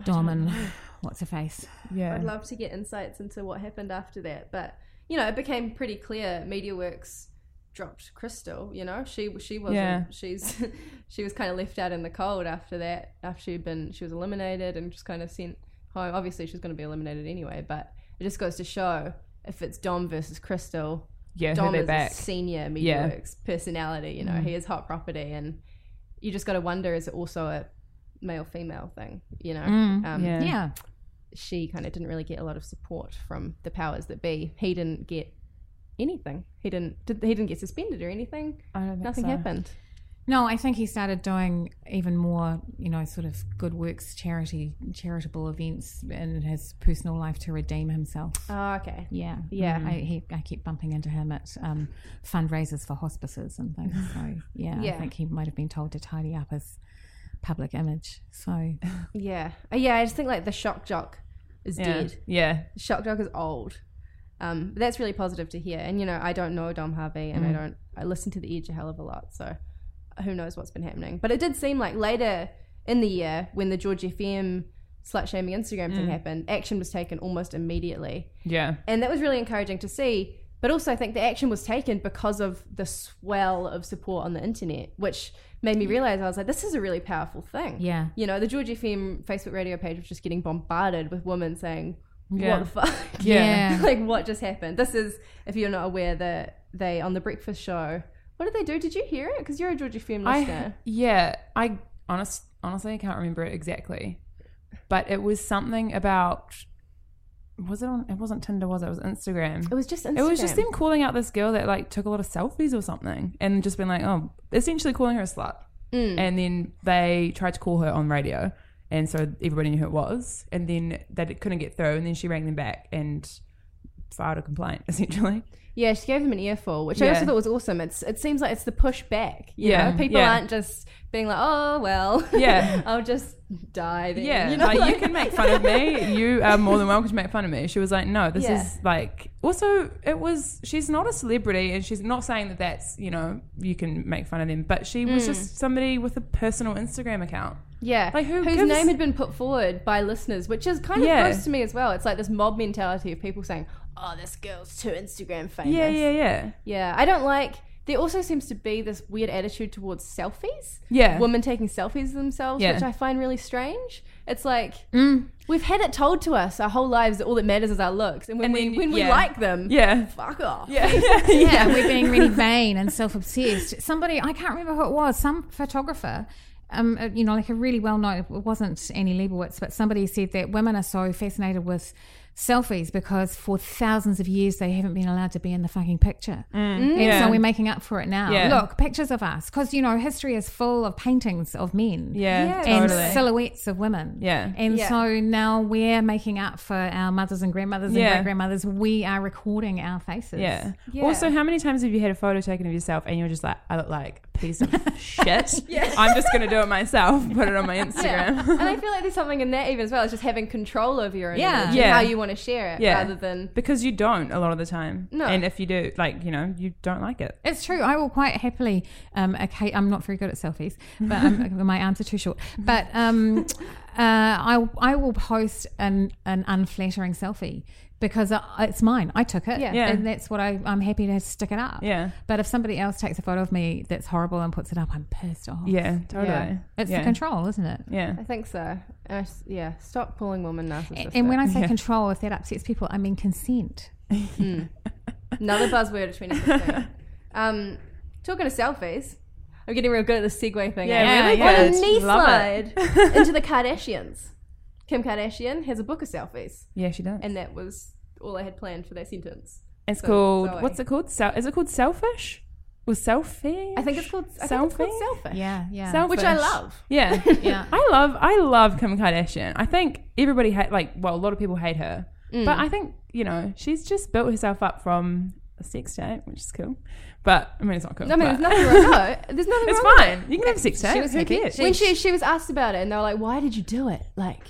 Speaker 4: Dom and what's her face?
Speaker 5: Yeah.
Speaker 3: I'd love to get insights into what happened after that. But, you know, it became pretty clear MediaWorks dropped Crystal. You know, she she wasn't.
Speaker 5: Yeah.
Speaker 3: She's she was kind of left out in the cold after that. After she'd been she was eliminated and just kind of sent home. Obviously, she's going to be eliminated anyway. But it just goes to show if it's Dom versus Crystal,
Speaker 5: Yeah, who
Speaker 3: Dom
Speaker 5: they
Speaker 3: is
Speaker 5: back.
Speaker 3: a senior
Speaker 5: Yeah. Mm-hmm.
Speaker 3: MediaWorks personality. You know, he is hot property, and you just got to wonder is it also a male female thing? You know, um,
Speaker 5: Mm, yeah.
Speaker 4: Yeah.
Speaker 3: she kind of didn't really get a lot of support from the powers that be. He didn't get anything. He didn't. Did, he didn't get suspended or anything.
Speaker 5: I don't think
Speaker 3: Nothing
Speaker 5: so.
Speaker 3: happened.
Speaker 4: No, I think he started doing even more, you know, sort of good works, charity, charitable events in his personal life to redeem himself.
Speaker 3: Oh, okay.
Speaker 4: Yeah,
Speaker 3: Yeah.
Speaker 4: I, he, I keep bumping into him at um, fundraisers for hospices and things. So yeah,
Speaker 3: Yeah.
Speaker 4: I think he might have been told to tidy up his public image. So
Speaker 3: Yeah. Uh, yeah. I just think like the shock jock is
Speaker 5: Yeah.
Speaker 3: dead.
Speaker 5: Yeah.
Speaker 3: Shock Dog is old. Um, but that's really positive to hear. And you know, I don't know Dom Harvey, and I don't. I listen to the Edge a hell of a lot, so who knows what's been happening. But it did seem like later in the year when the George FM slut shaming Instagram thing happened, action was taken almost immediately,
Speaker 5: Yeah.
Speaker 3: and that was really encouraging to see. But also, I think the action was taken because of the swell of support on the internet, which made me realize I was like, this is a really powerful thing.
Speaker 4: yeah,
Speaker 3: You know, the George FM Facebook radio page was just getting bombarded with women saying,
Speaker 5: Yeah.
Speaker 3: what the fuck?
Speaker 4: Yeah.
Speaker 3: like what just happened? This is if you're not aware that they on the breakfast show. What did they do? Did you hear it? Because you're a Georgie Femme
Speaker 5: I
Speaker 3: listener.
Speaker 5: yeah, I honest honestly I can't remember it exactly, but it was something about was it on? It wasn't Tinder, was it? It was Instagram.
Speaker 3: it was just Instagram.
Speaker 5: It was just them calling out this girl that like took a lot of selfies or something, and just been like, oh, essentially calling her a slut.
Speaker 3: Mm.
Speaker 5: And then they tried to call her on radio, and so everybody knew who it was. And then they couldn't get through, and then she rang them back and filed a complaint. Essentially,
Speaker 3: Yeah, she gave them an earful, which I
Speaker 5: Yeah.
Speaker 3: also thought was awesome. It's it seems like it's the pushback. You
Speaker 5: Yeah,
Speaker 3: know? people
Speaker 5: yeah.
Speaker 3: aren't just being like, oh well,
Speaker 5: Yeah.
Speaker 3: I'll just die. Then.
Speaker 5: Yeah,
Speaker 3: you know,
Speaker 5: like, you can make fun of me. You are more than welcome to make fun of me. She was like, no, this
Speaker 3: Yeah.
Speaker 5: is like. Also, it was she's not a celebrity, and she's not saying that that's you know you can make fun of them, but she
Speaker 3: Mm.
Speaker 5: was just somebody with a personal Instagram account.
Speaker 3: Yeah.
Speaker 5: Like, who
Speaker 3: whose
Speaker 5: gives-
Speaker 3: name had been put forward by listeners, which is kind of
Speaker 5: Yeah.
Speaker 3: gross to me as well. It's like this mob mentality of people saying, Oh, this girl's too Instagram famous.
Speaker 5: Yeah, yeah, yeah,
Speaker 3: Yeah, I don't like. There also seems to be this weird attitude towards selfies.
Speaker 5: yeah.
Speaker 3: Women taking selfies of themselves,
Speaker 5: Yeah. Mm.
Speaker 3: which I find really strange. It's like we've had it told to us our whole lives that all that matters is our looks, and when
Speaker 5: And
Speaker 3: we
Speaker 5: then-
Speaker 3: when we
Speaker 5: yeah.
Speaker 3: like them,
Speaker 5: yeah,
Speaker 3: fuck off.
Speaker 5: yeah,
Speaker 4: yeah, we're being really vain and self-obsessed. Somebody, I can't remember who it was, some photographer, um, uh, you know, like a really well-known, it wasn't Annie Leibovitz, but somebody said that women are so fascinated with selfies because for thousands of years they haven't been allowed to be in the fucking picture. And
Speaker 5: Mm. Yeah.
Speaker 4: so we're making up for it now.
Speaker 5: Yeah.
Speaker 4: Look, pictures of us, because, you know, history is full of paintings of men
Speaker 5: yeah,
Speaker 3: Yeah.
Speaker 4: and
Speaker 5: totally.
Speaker 4: silhouettes of women.
Speaker 5: Yeah.
Speaker 4: And
Speaker 3: Yeah.
Speaker 4: so now we're making up for our mothers and grandmothers and
Speaker 5: Yeah.
Speaker 4: great grandmothers. We are recording our faces.
Speaker 5: yeah.
Speaker 3: Yeah.
Speaker 5: Also, how many times have you had a photo taken of yourself and you're just like, I look like a piece of shit. I'm just gonna do it myself. Put it on my Instagram.
Speaker 3: Yeah. and I feel like there's something in that even as well. It's just having control over your own
Speaker 4: Yeah.
Speaker 3: image and
Speaker 5: Yeah.
Speaker 3: how you want to share it,
Speaker 5: Yeah.
Speaker 3: rather than
Speaker 5: because you don't a lot of the time.
Speaker 3: No.
Speaker 5: and if you do, like you know, you don't like it.
Speaker 4: It's true. I will quite happily. Um, okay, I'm not very good at selfies, but um, my arms are too short. But um, uh, I I will post an an unflattering selfie because I, it's mine. I took it,
Speaker 3: Yeah.
Speaker 5: Yeah.
Speaker 4: and that's what I I'm happy to stick it up.
Speaker 5: Yeah.
Speaker 4: But if somebody else takes a photo of me that's horrible and puts it up, I'm pissed off.
Speaker 5: Yeah, totally.
Speaker 3: Yeah.
Speaker 4: It's
Speaker 5: yeah.
Speaker 4: the control, isn't it?
Speaker 5: Yeah.
Speaker 3: I think so. I s- yeah, stop calling women narcissists.
Speaker 4: And when I say control, if that upsets people, I mean consent.
Speaker 3: Another buzzword of 2015. um, talking to selfies, I'm getting real good at the segue thing. eh?
Speaker 5: Yeah, really
Speaker 3: What a
Speaker 5: good.
Speaker 3: knee
Speaker 5: Love
Speaker 3: slide
Speaker 5: it.
Speaker 3: into the Kardashians. Kim Kardashian has a book of selfies,
Speaker 5: Yeah, she does.
Speaker 3: and that was all I had planned for that sentence.
Speaker 5: It's
Speaker 3: So,
Speaker 5: called
Speaker 3: Zoe.
Speaker 5: what's it called? Sel- is it called selfish? Or selfie?
Speaker 3: I think it's called I think it's called selfish.
Speaker 4: Yeah, yeah.
Speaker 5: Selfish.
Speaker 3: which I love.
Speaker 5: Yeah.
Speaker 4: Yeah.
Speaker 5: I love I love Kim Kardashian. I think everybody hate like well a lot of people hate her.
Speaker 3: Mm.
Speaker 5: But I think, you know, she's just built herself up from a sex tape, which is cool. But I mean it's not cool.
Speaker 3: I mean, there's
Speaker 5: but
Speaker 3: nothing wrong. No, there's nothing
Speaker 5: it's
Speaker 3: wrong. with
Speaker 5: fine. You can have a sex tape.
Speaker 4: was
Speaker 5: Who
Speaker 4: happy.
Speaker 5: cares?
Speaker 3: it. When she she was asked about it, and they were like, "Why did you do it? Like,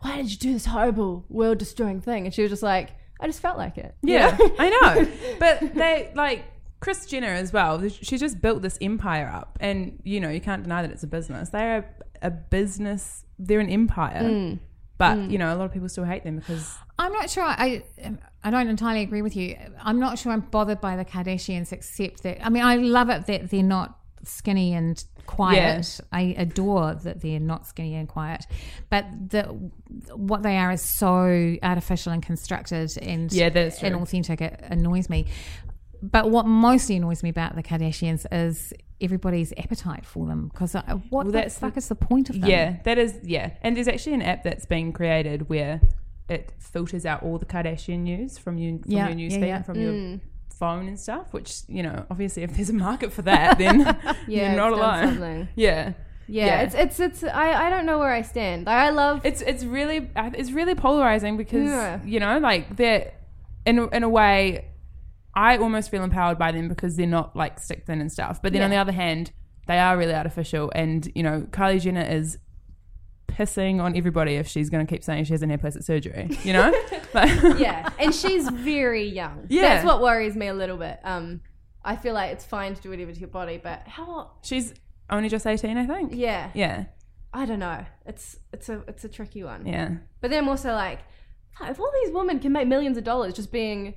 Speaker 3: why did you do this horrible, world destroying thing?" And she was just like, "I just felt like it." You
Speaker 5: Yeah,
Speaker 3: know?
Speaker 5: I know. But they like Chris Jenner as well. She just built this empire up, and you know you can't deny that it's a business. They're a, a business. They're an empire. But you know, a lot of people still hate them because
Speaker 4: I'm not sure. I um, I don't entirely agree with you. I'm not sure I'm bothered by the Kardashians, except that I mean I love it that they're not skinny and quiet. I adore that they're not skinny and quiet, but the what they are is so artificial and constructed and
Speaker 5: Yeah, that's true.
Speaker 4: and authentic. It annoys me. But what mostly annoys me about the Kardashians is everybody's appetite for them because what the
Speaker 5: that's the-
Speaker 4: fuck is the point of them?
Speaker 5: yeah, um, that is yeah. And there's actually an app that's been created where it filters out all the Kardashian news from your from
Speaker 4: Yeah,
Speaker 5: your
Speaker 4: yeah,
Speaker 5: newsfeed
Speaker 4: yeah.
Speaker 5: and from your phone and stuff. Which you know, obviously, if there's a market for that, then
Speaker 3: Yeah,
Speaker 5: you're not
Speaker 3: it's done
Speaker 5: alone.
Speaker 3: something.
Speaker 5: Yeah.
Speaker 3: Yeah,
Speaker 5: Yeah.
Speaker 3: it's it's it's. I I don't know where I stand. Like, I love.
Speaker 5: it's it's really I- it's really polarizing because
Speaker 3: Yeah.
Speaker 5: you know like they're in a- in a way I almost feel empowered by them because they're not like stick thin and stuff. But then on the other hand, they are really artificial, and you know Kylie Jenner is pissing on everybody if she's going to keep saying she hasn't had plastic surgery. You know, like,
Speaker 3: yeah, and she's very young.
Speaker 5: Yeah.
Speaker 3: that's what worries me a little bit. Um, I feel like it's fine to do whatever to your body, but how?
Speaker 5: she's only just eighteen, I think.
Speaker 3: Yeah,
Speaker 5: yeah,
Speaker 3: I don't know. It's it's a it's a tricky one.
Speaker 5: yeah.
Speaker 3: But then I'm also like, "Oh, if all these women can make millions of dollars just being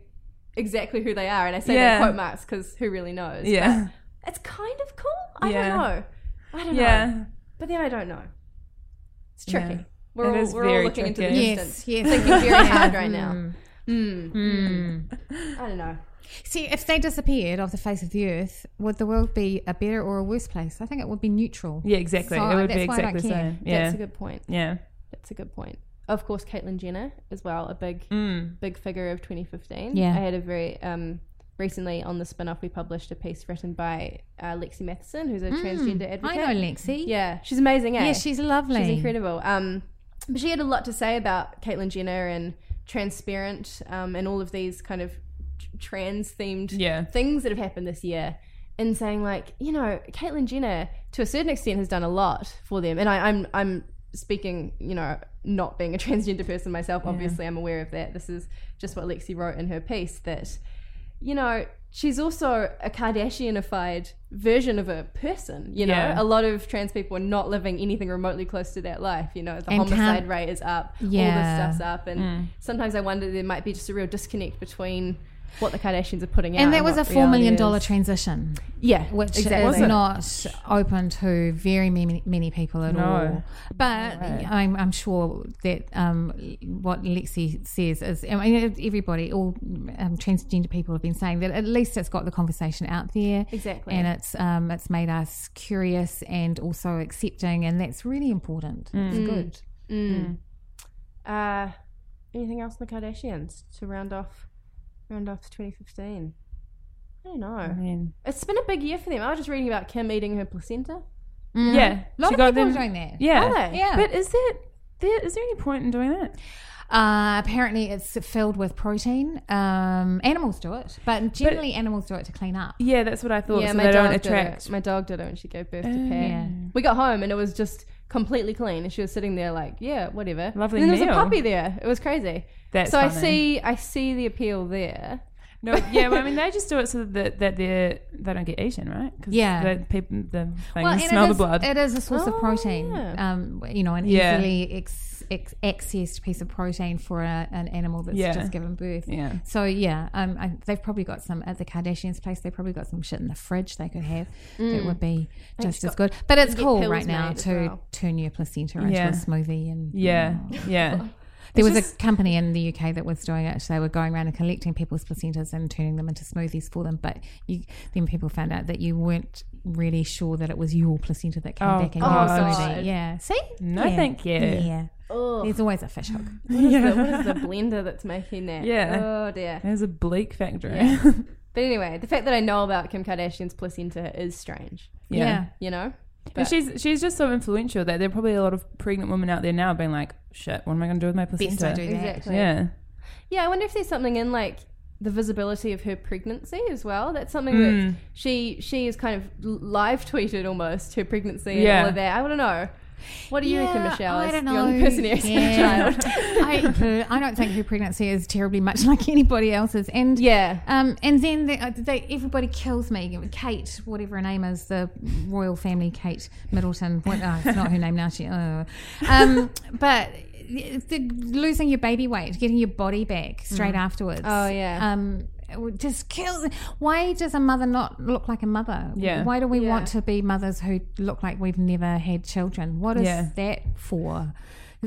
Speaker 3: exactly who they are, and I say that
Speaker 5: Yeah.
Speaker 3: in quote marks because who really knows?
Speaker 5: Yeah.
Speaker 3: But it's kind of cool. I
Speaker 5: Yeah.
Speaker 3: don't know. I don't know.
Speaker 5: yeah.
Speaker 3: But then I don't know. It's tricky.
Speaker 5: Yeah.
Speaker 3: We're
Speaker 5: It
Speaker 3: all
Speaker 5: is
Speaker 3: we're all
Speaker 5: very
Speaker 3: looking into the
Speaker 5: tricky.
Speaker 4: Yes,
Speaker 3: distance.
Speaker 4: yes.
Speaker 3: Thinking very hard right now.
Speaker 4: Mm.
Speaker 3: Hmm. I don't know.
Speaker 4: See, if they disappeared off the face of the earth, would the world be a better or a worse place? I think it would be neutral.
Speaker 5: Yeah, exactly.
Speaker 4: So
Speaker 5: it would be
Speaker 4: that's why I don't
Speaker 5: exactly the
Speaker 4: care.
Speaker 5: same. Yeah,
Speaker 3: That's a good point.
Speaker 5: yeah.
Speaker 3: That's a good point. Of course, Caitlyn Jenner as well, a big
Speaker 4: Mm.
Speaker 3: big figure of 2015.
Speaker 4: Yeah.
Speaker 3: I had a very um, recently on the spin off we published a piece written by uh, Lexi Matheson, who's a transgender
Speaker 4: Mm. I
Speaker 3: advocate.
Speaker 4: know Lexi.
Speaker 3: Yeah, she's amazing. Eh?
Speaker 4: Yeah, she's lovely.
Speaker 3: She's incredible. Um, but she had a lot to say about Caitlyn Jenner and transparent um, and all of these kind of trans themed
Speaker 5: Yeah.
Speaker 3: things that have happened this year. And saying like, you know, Caitlyn Jenner to a certain extent has done a lot for them. And I, I'm I'm speaking, you know, not being a transgender person myself. Obviously, I'm aware of that. This is just what Lexi wrote in her piece that you know, she's also a Kardashianified version of a person. You know,
Speaker 5: Yeah.
Speaker 3: a lot of trans people are not living anything remotely close to that life. You know, the
Speaker 4: And can't-
Speaker 3: homicide rate is up,
Speaker 4: Yeah. Mm.
Speaker 3: all this stuff's up, and sometimes I wonder there might be just a real disconnect between what the Kardashians are putting out.
Speaker 4: and that was
Speaker 3: what
Speaker 4: a four million
Speaker 3: reality
Speaker 4: dollar
Speaker 3: is.
Speaker 4: transition,
Speaker 3: yeah,
Speaker 4: which
Speaker 3: exactly.
Speaker 4: is not open to very many, many people at all. But I'm, I'm sure that um, what Lexi says is, I mean, everybody, all um, transgender people have been saying that at least it's got the conversation out there,
Speaker 3: Exactly.
Speaker 4: and it's um, it's made us curious and also accepting, and that's really important.
Speaker 5: Mm.
Speaker 3: Mm.
Speaker 4: It's good.
Speaker 3: Uh, anything else on the Kardashians to round off? Round off 2015. I don't know.
Speaker 5: mean-
Speaker 3: it's been a big year for them. I was just reading about Kim eating her placenta.
Speaker 4: A
Speaker 5: Yeah,
Speaker 4: Mm-hmm. lot
Speaker 5: she
Speaker 4: of
Speaker 5: got
Speaker 4: people
Speaker 5: them-
Speaker 4: are doing that.
Speaker 5: Yeah,
Speaker 3: Are they?
Speaker 4: Yeah.
Speaker 5: But is it there? Is there any point in doing that?
Speaker 4: Uh, apparently, it's filled with protein. Um, animals do it, but generally, animals do it to clean up.
Speaker 5: Yeah, that's what I thought.
Speaker 3: Yeah,
Speaker 5: so
Speaker 3: my
Speaker 5: they
Speaker 3: dog
Speaker 5: don't
Speaker 3: did
Speaker 5: attract. Oh,
Speaker 3: it. My dog did it when she gave birth to Pat.
Speaker 4: yeah.
Speaker 3: We got home and it was just completely clean, and she was sitting there like, yeah, whatever.
Speaker 5: Lovely
Speaker 3: And then there was
Speaker 5: meal.
Speaker 3: a puppy there. It was crazy.
Speaker 5: That's
Speaker 3: so I
Speaker 5: funny.
Speaker 3: see, I see the appeal there.
Speaker 5: No, yeah, well, I mean they just do it so that that they they don't get eaten, right? 'Cause
Speaker 4: Yeah.
Speaker 5: the people the things
Speaker 4: and
Speaker 5: smell
Speaker 4: it
Speaker 5: the
Speaker 4: is-
Speaker 5: blood.
Speaker 4: It is a source of protein.
Speaker 3: yeah.
Speaker 4: Um, you know, an
Speaker 5: Yeah.
Speaker 4: easily ex, ex, accessed piece of protein for a, an animal that's
Speaker 5: Yeah.
Speaker 4: just given birth.
Speaker 5: Yeah.
Speaker 4: So yeah, um, I, they've probably got some at the Kardashians' place. They've probably got some shit in the fridge they could have that
Speaker 3: Mm.
Speaker 4: would be just as good. But it's
Speaker 3: get
Speaker 4: cool
Speaker 3: pills
Speaker 4: right now
Speaker 3: made as
Speaker 4: to
Speaker 3: well.
Speaker 4: turn your placenta into
Speaker 5: Yeah.
Speaker 4: a smoothie and
Speaker 5: yeah, yeah,
Speaker 4: There was a company in the UK that was doing it. They were going around and collecting people's placentas and turning them into smoothies for them. But you, then people found out that you weren't really sure that it was your placenta that came
Speaker 5: Oh,
Speaker 4: back in your
Speaker 5: God.
Speaker 4: smoothie. Yeah. See?
Speaker 5: No,
Speaker 4: yeah.
Speaker 5: thank you.
Speaker 4: Yeah.
Speaker 3: Oh,
Speaker 4: There's always a fishhook.
Speaker 3: what is the blender that's making that?
Speaker 5: Yeah.
Speaker 3: Oh dear.
Speaker 5: There's a bleak factory.
Speaker 3: Yeah. But anyway, the fact that I know about Kim Kardashian's placenta is strange.
Speaker 4: Yeah.
Speaker 3: You know.
Speaker 5: And
Speaker 3: But-
Speaker 5: she's she's just so influential that there are probably a lot of pregnant women out there now being like, shit, what am I going to do with my placenta?
Speaker 4: Best I do that.
Speaker 3: Exactly.
Speaker 5: Yeah,
Speaker 3: Yeah, I wonder if there's something in like the visibility of her pregnancy as well. That's something
Speaker 5: Hmm.
Speaker 3: that she she has kind of l- live tweeted almost her pregnancy and
Speaker 5: Yeah.
Speaker 3: all of that. I don't know. What do you reckon,
Speaker 4: Yeah,
Speaker 3: Michelle?
Speaker 4: I
Speaker 3: as
Speaker 4: don't
Speaker 3: the
Speaker 4: know.
Speaker 3: only person here who's had a
Speaker 4: Yeah.
Speaker 3: child.
Speaker 4: I, I don't think her pregnancy is terribly much like anybody else's. And
Speaker 3: Yeah.
Speaker 4: Um, and then they, uh, they, everybody kills me. Kate, whatever her name is, the royal family, Kate Middleton. What, oh, it's not her name now. She, oh. uh. um, but the, losing your baby weight, getting your body back straight afterwards.
Speaker 3: Oh, yeah.
Speaker 4: Um, it would just kills. Why does a mother not look like a mother?
Speaker 5: Yeah.
Speaker 4: Why do we
Speaker 3: Yeah.
Speaker 4: want to be mothers who look like we've never had children? What is
Speaker 5: Yeah.
Speaker 4: that for?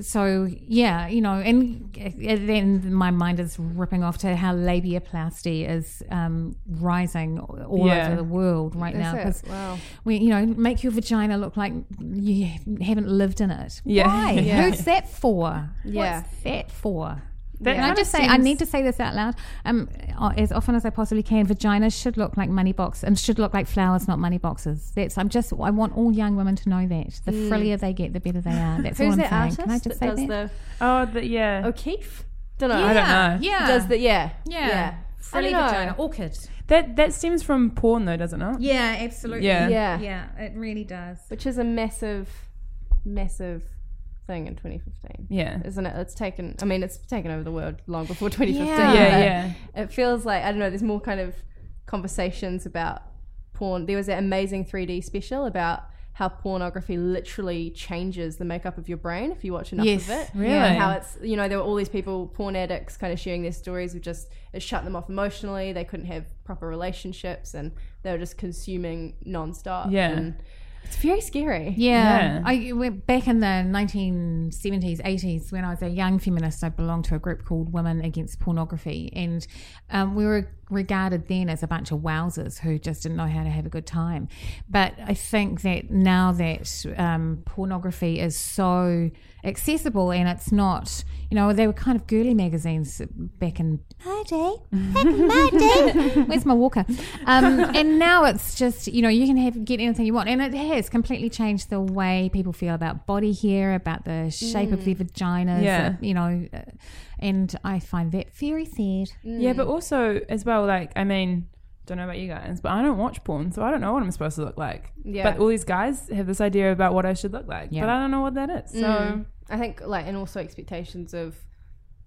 Speaker 4: So yeah, you know, and, and then my mind is ripping off to how labiaplasty is um, rising all
Speaker 5: Yeah.
Speaker 4: over the world right now
Speaker 3: That's
Speaker 4: because
Speaker 3: it. Wow.
Speaker 4: we, you know, make your vagina look like you haven't lived in it.
Speaker 5: Yeah.
Speaker 4: Why?
Speaker 5: Yeah.
Speaker 4: Who's that for?
Speaker 3: Yeah.
Speaker 4: What's that for?
Speaker 5: That
Speaker 4: Can I
Speaker 5: kinda
Speaker 4: just say, I
Speaker 5: seems-
Speaker 4: need to say this out loud um, uh, as often as I possibly can. Vaginas should look like money boxes and should look like flowers, not money boxes. That's I'm just I want all young women to know that the frillier they get, the better they are. That's all
Speaker 3: Mm. Who's
Speaker 4: I'm
Speaker 3: that
Speaker 4: saying.
Speaker 3: artist
Speaker 4: can I just
Speaker 3: that
Speaker 4: say
Speaker 3: does
Speaker 4: that?
Speaker 5: Oh, the, yeah.
Speaker 3: the O'Keefe? Don't know.
Speaker 5: I don't know.
Speaker 4: Yeah,
Speaker 3: Does the yeah
Speaker 4: yeah. Frilly
Speaker 3: I don't know.
Speaker 4: vagina, orchid.
Speaker 5: That that stems from porn though, doesn't it?
Speaker 4: Yeah, absolutely.
Speaker 5: Yeah.
Speaker 3: Yeah.
Speaker 4: yeah, it really does.
Speaker 3: which is a massive, massive thing in 2015.
Speaker 5: Yeah.
Speaker 3: Isn't it? It's taken. I mean, it's taken over the world long before 2015.
Speaker 4: Yeah.
Speaker 5: Yeah,
Speaker 3: but
Speaker 5: yeah.
Speaker 3: It feels like I don't know. There's more kind of conversations about porn. There was that amazing 3D special about how pornography literally changes the makeup of your brain if you watch enough
Speaker 4: Yes,
Speaker 3: of it.
Speaker 5: really?
Speaker 3: And how it's you know there were all these people, porn addicts, kind of sharing their stories of just it shut them off emotionally. They couldn't have proper relationships and they were just consuming nonstop.
Speaker 5: Yeah.
Speaker 3: And it's very scary.
Speaker 4: Yeah.
Speaker 5: Yeah.
Speaker 4: I went back in the 1970s, 80s, when I was a young feminist, I belonged to a group called Women Against Pornography. And um, we were regarded then as a bunch of wowsers who just didn't know how to have a good time. But I think that now that um, pornography is so accessible and it's not, you know, they were kind of girly magazines back in my day. Back in my day. Where's my walker? Um, and now it's just, you know, you can have get anything you want. And it has completely changed the way people feel about body hair, about the shape of their vaginas,
Speaker 5: Yeah.
Speaker 4: uh, you know. uh, And I find that very sad.
Speaker 5: Yeah,
Speaker 3: Hmm.
Speaker 5: but also as well, like I mean, don't know about you guys, but I don't watch porn, so I don't know what I'm supposed to look like.
Speaker 3: Yeah.
Speaker 5: But all these guys have this idea about what I should look like,
Speaker 4: Yeah.
Speaker 5: but I don't know what that is. So
Speaker 3: I think like and also expectations of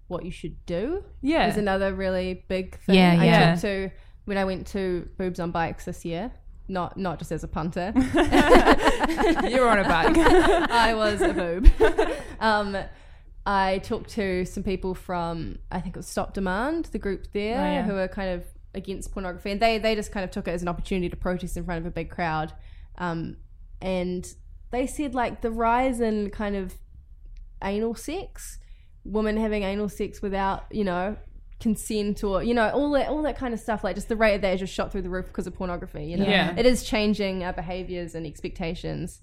Speaker 3: what you should do
Speaker 5: yeah,
Speaker 3: is another really big thing.
Speaker 4: Yeah,
Speaker 3: I
Speaker 5: yeah.
Speaker 3: took to when I went to boobs on bikes this year. Not not just as a punter.
Speaker 5: you're on a bike.
Speaker 3: I was a boob. um, I talked to some people from I think it was Stop Demand, the group there,
Speaker 5: Oh, yeah.
Speaker 3: who were kind of against pornography, and they they just kind of took it as an opportunity to protest in front of a big crowd, um, and they said like the rise in kind of anal sex, women having anal sex without you know consent or you know all that all that kind of stuff like just the rate of that is just shot through the roof because of pornography you know
Speaker 5: Yeah.
Speaker 3: it is changing our behaviors and expectations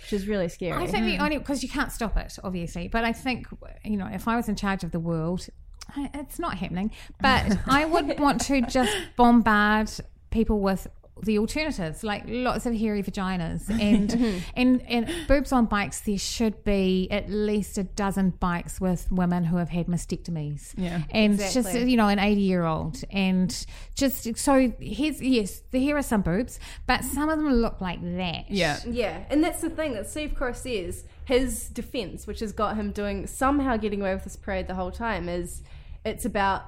Speaker 3: which is really scary
Speaker 4: I think
Speaker 5: Mm.
Speaker 4: the only because you can't stop it, obviously. But I think you know, if I was in charge of the world, I, it's not happening. But I would want to just bombard people with the alternatives, like lots of hairy vaginas
Speaker 5: Mm-hmm.
Speaker 4: and and and boobs on bikes. There should be at least a dozen bikes with women who have had mastectomies.
Speaker 5: Yeah.
Speaker 4: and just
Speaker 3: Exactly.
Speaker 4: you know an 80 year old and just so here's yes here are some boobs but some of them look like that
Speaker 5: yeah,
Speaker 3: Yeah, and that's the thing that Steve Cross says. His defense, which has got him doing somehow getting away with this parade the whole time, is it's about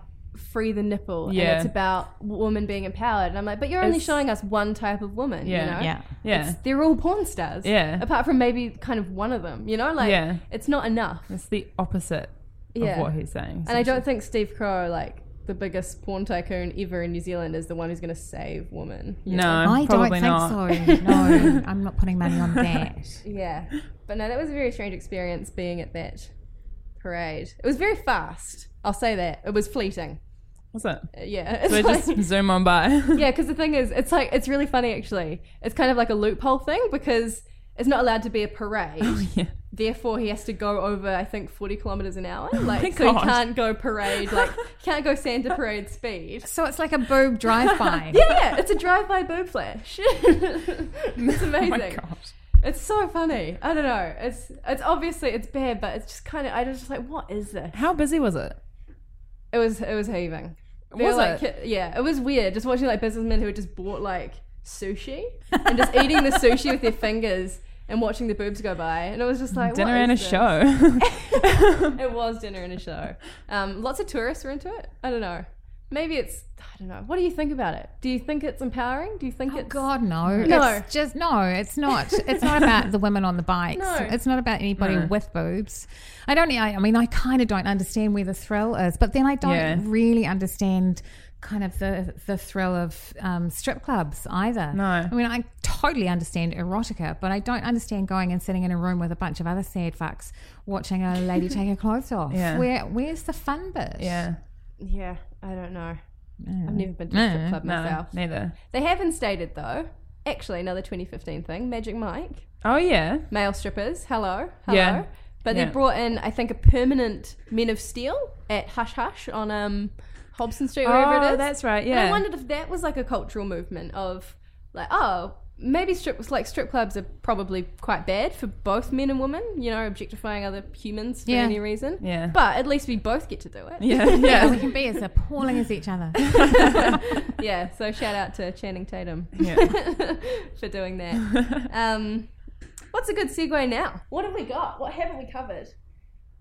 Speaker 3: free the nipple and
Speaker 5: Yeah.
Speaker 3: it's about women being empowered. And I'm like, but you're only showing us one type of woman, you
Speaker 5: Yeah,
Speaker 3: know?
Speaker 4: yeah
Speaker 5: yeah.
Speaker 3: It's- They're all porn stars.
Speaker 5: Yeah.
Speaker 3: Apart from maybe kind of one of them, you know? Like,
Speaker 5: Yeah.
Speaker 3: it's not enough.
Speaker 5: It's the opposite
Speaker 3: Yeah.
Speaker 5: of what he's saying.
Speaker 3: And I don't think Steve Crow, like, the biggest porn tycoon ever in New Zealand, is the one who's going to save women. you
Speaker 5: No,
Speaker 4: I don't
Speaker 5: probably
Speaker 4: think
Speaker 5: not.
Speaker 4: so. No, I'm not putting money on that.
Speaker 3: Yeah. But no, that was a very strange experience being at that parade. It was very fast. I'll say that. It was fleeting.
Speaker 5: Was it?
Speaker 3: Uh, Yeah. It's
Speaker 5: So I
Speaker 3: like,
Speaker 5: just zoom on by.
Speaker 3: yeah, because the thing is, it's like, it's really funny actually. It's kind of like a loophole thing because it's not allowed to be a parade.
Speaker 5: yeah.
Speaker 3: Therefore, he has to go over, I think, 40 kilometers an hour. Like, so
Speaker 5: Oh God.
Speaker 3: he can't go parade, like, can't go Santa parade speed.
Speaker 4: So it's like a boob drive-by.
Speaker 3: Yeah, it's a drive-by boob flash. it's amazing.
Speaker 5: Oh my gosh.
Speaker 3: It's so funny. I don't know. It's it's obviously it's bad, but it's just kind of I was just like, what is this?
Speaker 5: How busy was it?
Speaker 3: It was it was heaving. They
Speaker 5: Was
Speaker 3: were like,
Speaker 5: it?
Speaker 3: Yeah, it was weird. Just watching like businessmen who had just bought like sushi and just eating the sushi with their fingers and watching the boobs go by, and it was just like
Speaker 5: Dinner
Speaker 3: what
Speaker 5: and a
Speaker 3: is this?
Speaker 5: show.
Speaker 3: It was dinner and a show. Um, lots of tourists were into it. I don't know. Maybe it's I don't know. What do you think about it? Do you think it's empowering? Do you think
Speaker 4: Oh
Speaker 3: it's
Speaker 4: God, no!
Speaker 3: No.
Speaker 4: It's just no. It's not. It's not about the women on the bikes.
Speaker 3: No.
Speaker 4: It's not about anybody with boobs. I don't. I, I mean, I kind of don't understand where the thrill is, but then I don't
Speaker 5: Yeah.
Speaker 4: really understand kind of the the thrill of um, strip clubs either.
Speaker 5: No.
Speaker 4: I mean, I totally understand erotica, but I don't understand going and sitting in a room with a bunch of other sad fucks watching a lady take her clothes off.
Speaker 5: Yeah.
Speaker 4: Where where's the fun bit?
Speaker 5: Yeah.
Speaker 3: Yeah, I don't know. I've never been to a strip club
Speaker 5: Mm. No,
Speaker 3: myself.
Speaker 5: neither.
Speaker 3: They have instated though. Actually, another 2015 thing, Magic Mike,
Speaker 5: Oh yeah.
Speaker 3: male strippers. Hello, hello.
Speaker 5: Yeah.
Speaker 3: But
Speaker 5: Yeah.
Speaker 3: they brought in, I think, a permanent Men of Steel at Hush Hush on um, Hobson Street, wherever it
Speaker 5: oh,
Speaker 3: is.
Speaker 5: that's right.
Speaker 3: And I
Speaker 5: Yeah.
Speaker 3: wondered if that was like a cultural movement of like, oh, maybe strip like strip clubs are probably quite bad for both men and women. You know, objectifying other humans for
Speaker 4: Yeah.
Speaker 3: any reason.
Speaker 5: Yeah.
Speaker 3: But at least we both get to do it.
Speaker 5: yeah.
Speaker 4: Yeah,
Speaker 5: Yeah.
Speaker 4: we can be as appalling as each other.
Speaker 3: yeah, so shout out to Channing Tatum
Speaker 5: yeah.
Speaker 3: for doing that. um, what's a good segue now? What have we got? What haven't we covered?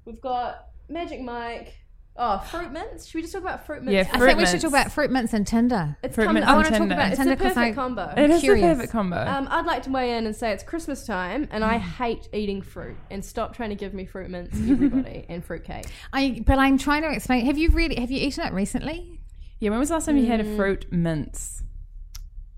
Speaker 3: We've got Magic Mike. Oh, fruit mints. Should we just talk about fruit mints?
Speaker 5: Yeah,
Speaker 4: I
Speaker 5: Fruit
Speaker 4: think we should
Speaker 5: mints.
Speaker 4: talk about fruit mints and Tinder.
Speaker 3: it's
Speaker 5: fruit
Speaker 3: come
Speaker 5: mints
Speaker 3: up.
Speaker 5: on
Speaker 4: I want to talk
Speaker 5: Tinder.
Speaker 4: about
Speaker 3: It's
Speaker 4: Tinder
Speaker 3: a
Speaker 4: because I
Speaker 3: perfect combo.
Speaker 5: It is
Speaker 4: Curious.
Speaker 5: the favorite combo.
Speaker 3: Um, I'd like to weigh in and say it's Christmas time, and
Speaker 5: Mm.
Speaker 3: I hate eating fruit. And stop trying to give me fruit mints, everybody, and fruit cake.
Speaker 4: I but I'm trying to explain. Have you really have you eaten it recently?
Speaker 5: yeah. When was the last time you had a fruit mince?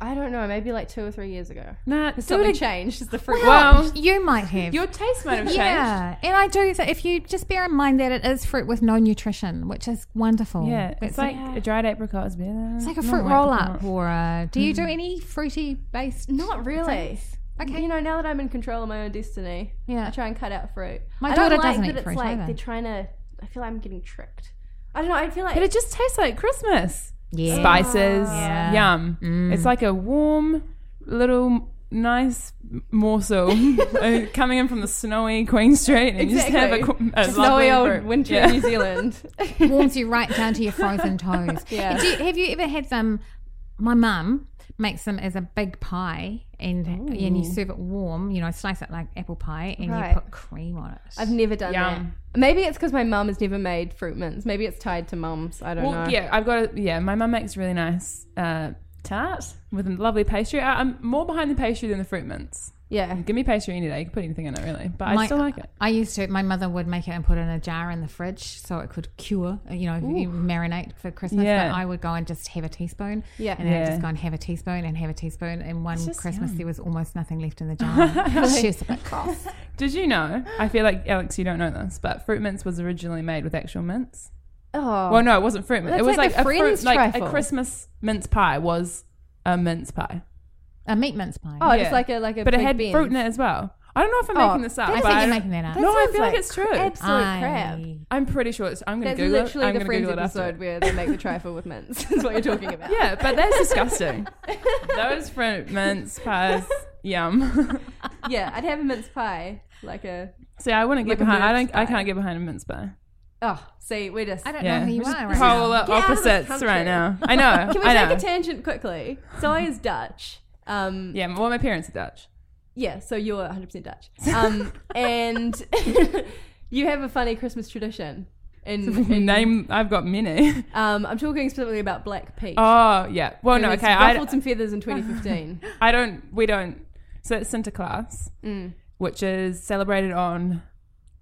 Speaker 3: I don't know, maybe like two or three years ago.
Speaker 5: Nah. Do
Speaker 3: Something
Speaker 5: it again.
Speaker 3: changed. Is the fruit?
Speaker 5: Well,
Speaker 4: You might have.
Speaker 5: your taste might have changed.
Speaker 4: yeah, and I do. So if you just bear in mind that it is fruit with no nutrition, which is wonderful.
Speaker 5: Yeah, it's,
Speaker 4: it's
Speaker 5: like Mm. a dried apricot is better.
Speaker 4: it's like a fruit roll up or a. Do you
Speaker 5: Mm.
Speaker 4: do any fruity based?
Speaker 3: Not really.
Speaker 4: Okay.
Speaker 3: You know, now that I'm in control of my own destiny,
Speaker 4: Yeah.
Speaker 3: I try and cut out fruit.
Speaker 4: My
Speaker 3: I don't
Speaker 4: daughter
Speaker 3: like
Speaker 4: doesn't
Speaker 3: that
Speaker 4: eat
Speaker 3: it's
Speaker 4: fruit
Speaker 3: like
Speaker 4: either.
Speaker 3: they're trying to. I feel I'm getting tricked. I don't know. I feel like
Speaker 5: But it just tastes like Christmas.
Speaker 4: Yeah.
Speaker 5: Spices,
Speaker 4: Yeah.
Speaker 5: yum. It's like a warm, little, nice morsel uh, coming in from the snowy Queen Street, and you just have a, qu- a
Speaker 3: snowy
Speaker 5: lovely
Speaker 3: old
Speaker 5: fruit.
Speaker 3: winter
Speaker 5: Yeah.
Speaker 3: in New Zealand.
Speaker 4: warms you right down to your frozen toes.
Speaker 3: Yeah.
Speaker 4: Do you, have you ever had them? My mum makes them as a big pie, and and you serve it warm. You know, slice it like apple pie, and
Speaker 3: Right.
Speaker 4: you put cream on it.
Speaker 3: I've never done
Speaker 5: Yum.
Speaker 3: that. Maybe it's because my mum has never made fruit mints. Maybe it's tied to mums. I don't
Speaker 5: Well,
Speaker 3: know.
Speaker 5: yeah, I've got. A, yeah, my mum makes really nice uh, tart with a lovely pastry. I, I'm more behind the pastry than the fruit mints.
Speaker 3: Yeah.
Speaker 5: Give me pastry any day. You can put anything in it, really, but I
Speaker 4: My-
Speaker 5: still like it.
Speaker 4: I used to. My mother would make it and put it in a jar in the fridge so it could cure. You know, you marinate for Christmas.
Speaker 5: Yeah.
Speaker 4: But I would go and just have a teaspoon.
Speaker 3: Yeah.
Speaker 4: And then I'd
Speaker 5: Yeah.
Speaker 4: just go and have a teaspoon and have a teaspoon. And one
Speaker 5: just
Speaker 4: Christmas there was almost nothing left in the jar. she was a bit cross.
Speaker 5: Did you know? I feel like Alex, you don't know this, but fruit mints was originally made with actual mints.
Speaker 3: Oh.
Speaker 5: Well, no, it wasn't fruit mint.
Speaker 3: That's
Speaker 5: It was
Speaker 3: like
Speaker 5: like,
Speaker 3: the
Speaker 5: a fruit,
Speaker 3: Friends
Speaker 5: like
Speaker 3: trifle.
Speaker 5: a Christmas mince pie was a mince pie,
Speaker 4: A meat mince pie.
Speaker 3: Oh,
Speaker 5: Yeah.
Speaker 3: it's like a like a.
Speaker 5: but it
Speaker 3: Big
Speaker 5: had
Speaker 3: Ben's.
Speaker 5: fruit in it as well. I don't know if I'm
Speaker 3: Oh,
Speaker 5: making this up.
Speaker 4: I
Speaker 5: but
Speaker 4: think you're
Speaker 5: don't-
Speaker 4: making that up.
Speaker 5: No, I
Speaker 3: sounds
Speaker 5: feel like,
Speaker 3: like
Speaker 5: it's true.
Speaker 3: Absolute crap.
Speaker 4: I-
Speaker 5: I'm pretty sure it's. I'm going
Speaker 3: That's
Speaker 5: to Google it.
Speaker 3: literally
Speaker 5: I'm
Speaker 3: the
Speaker 5: going to
Speaker 3: Friends
Speaker 5: Google it after.
Speaker 3: episode where they make the trifle with mints. Is what you're talking about.
Speaker 5: Yeah, but that's disgusting. Those fruit mince pies, yum.
Speaker 3: Yeah, I'd have a mince pie, like a.
Speaker 5: See, I wouldn't get
Speaker 3: Like a
Speaker 5: behind. I
Speaker 3: mince
Speaker 5: don't. I
Speaker 3: pie.
Speaker 5: can't get behind a mince pie.
Speaker 3: Oh, see, we're just.
Speaker 4: I don't
Speaker 5: Yeah,
Speaker 4: know who you
Speaker 5: we're just
Speaker 4: are right now.
Speaker 3: Get
Speaker 5: polar
Speaker 3: out of this
Speaker 5: opposites
Speaker 3: country.
Speaker 5: right now. I know.
Speaker 3: Can we
Speaker 5: I know.
Speaker 3: take a tangent quickly? Zoe is Dutch. Um, yeah.
Speaker 5: yeah, well, my parents are Dutch.
Speaker 3: so you're 100% Dutch. Um, and you have a funny Christmas tradition. In, in
Speaker 5: Name. I've got many.
Speaker 3: um, I'm talking specifically about Black Peach.
Speaker 5: Oh yeah. Well,
Speaker 3: who
Speaker 5: no.
Speaker 3: was
Speaker 5: Okay. I,
Speaker 3: Ruffled some feathers in 2015.
Speaker 5: I don't. We don't. So it's Sinterklaas, which is celebrated on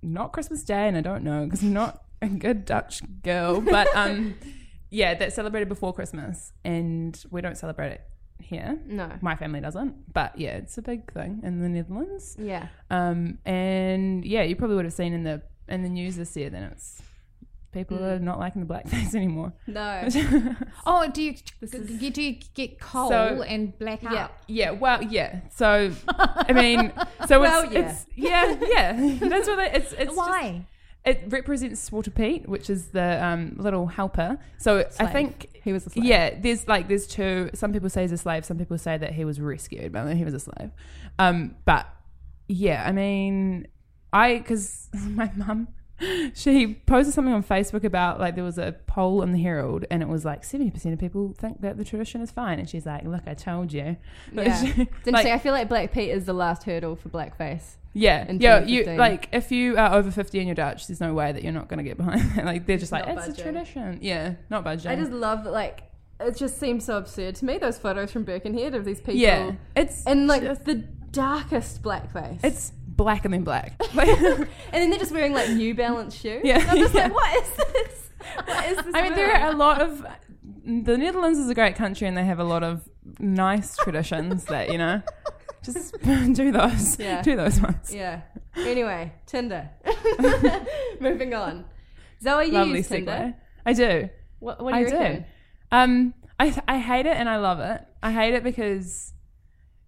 Speaker 5: not Christmas Day, and I don't know because I'm not a good Dutch girl. But um, yeah, that's celebrated before Christmas, and we don't celebrate it here.
Speaker 3: No.
Speaker 5: my family doesn't. But yeah, it's a big thing in the Netherlands.
Speaker 3: Yeah.
Speaker 5: Um, and yeah, you probably would have seen in the in the news this year. Then it's people are not liking the blackface anymore.
Speaker 3: No.
Speaker 4: Oh, do you, you do you get cold
Speaker 5: So-
Speaker 4: and black
Speaker 3: Yeah.
Speaker 4: out?
Speaker 5: Yeah, well, yeah. So, I mean, so
Speaker 3: Well,
Speaker 5: it's, yeah. it's yeah, yeah. That's what it, it's it's just-
Speaker 4: Why?
Speaker 5: it represents Swartopete, which is the um, little helper. So I
Speaker 3: Slave.
Speaker 5: think
Speaker 3: He was a slave.
Speaker 5: Yeah, there's like there's two. Some people say he's a slave. Some people say that he was rescued, but he was a slave. Um, but yeah, I mean, I because my mum she posted something on Facebook about like there was a poll in the Herald and it was like seventy percent of people think that the tradition is fine and she's like, look, I told you. But
Speaker 3: Yeah.
Speaker 5: she-
Speaker 3: It's interesting.
Speaker 5: like-
Speaker 3: I feel like Black Pete is the last hurdle for blackface.
Speaker 5: yeah,
Speaker 3: in
Speaker 5: yeah. You
Speaker 3: 2015.
Speaker 5: like if you are over fifty and you're Dutch, there's no way that you're not going to get behind. That. Like they're just like
Speaker 3: Not
Speaker 5: it's a
Speaker 3: budging.
Speaker 5: tradition. Yeah, not budging.
Speaker 3: I just love like it just seems so absurd to me those photos from Birkenhead of these people.
Speaker 5: yeah, it's
Speaker 3: And like
Speaker 5: just-
Speaker 3: the darkest blackface.
Speaker 5: it's black and then black.
Speaker 3: and then they're just wearing like New Balance shoes.
Speaker 5: Yeah.
Speaker 3: And I'm just
Speaker 5: Yeah.
Speaker 3: like, what is this? What is this?
Speaker 5: I mean, there are a lot of the Netherlands is a great country and they have a lot of nice traditions that you know. Just do those.
Speaker 3: Yeah.
Speaker 5: Do those ones.
Speaker 3: Yeah. Anyway, Tinder. Moving on. Zoe, you
Speaker 5: Lovely
Speaker 3: use Tinder.
Speaker 5: segue. I do.
Speaker 3: What, what do you
Speaker 5: I
Speaker 3: reckon?
Speaker 5: do. Um, I I hate it and I love it. I hate it because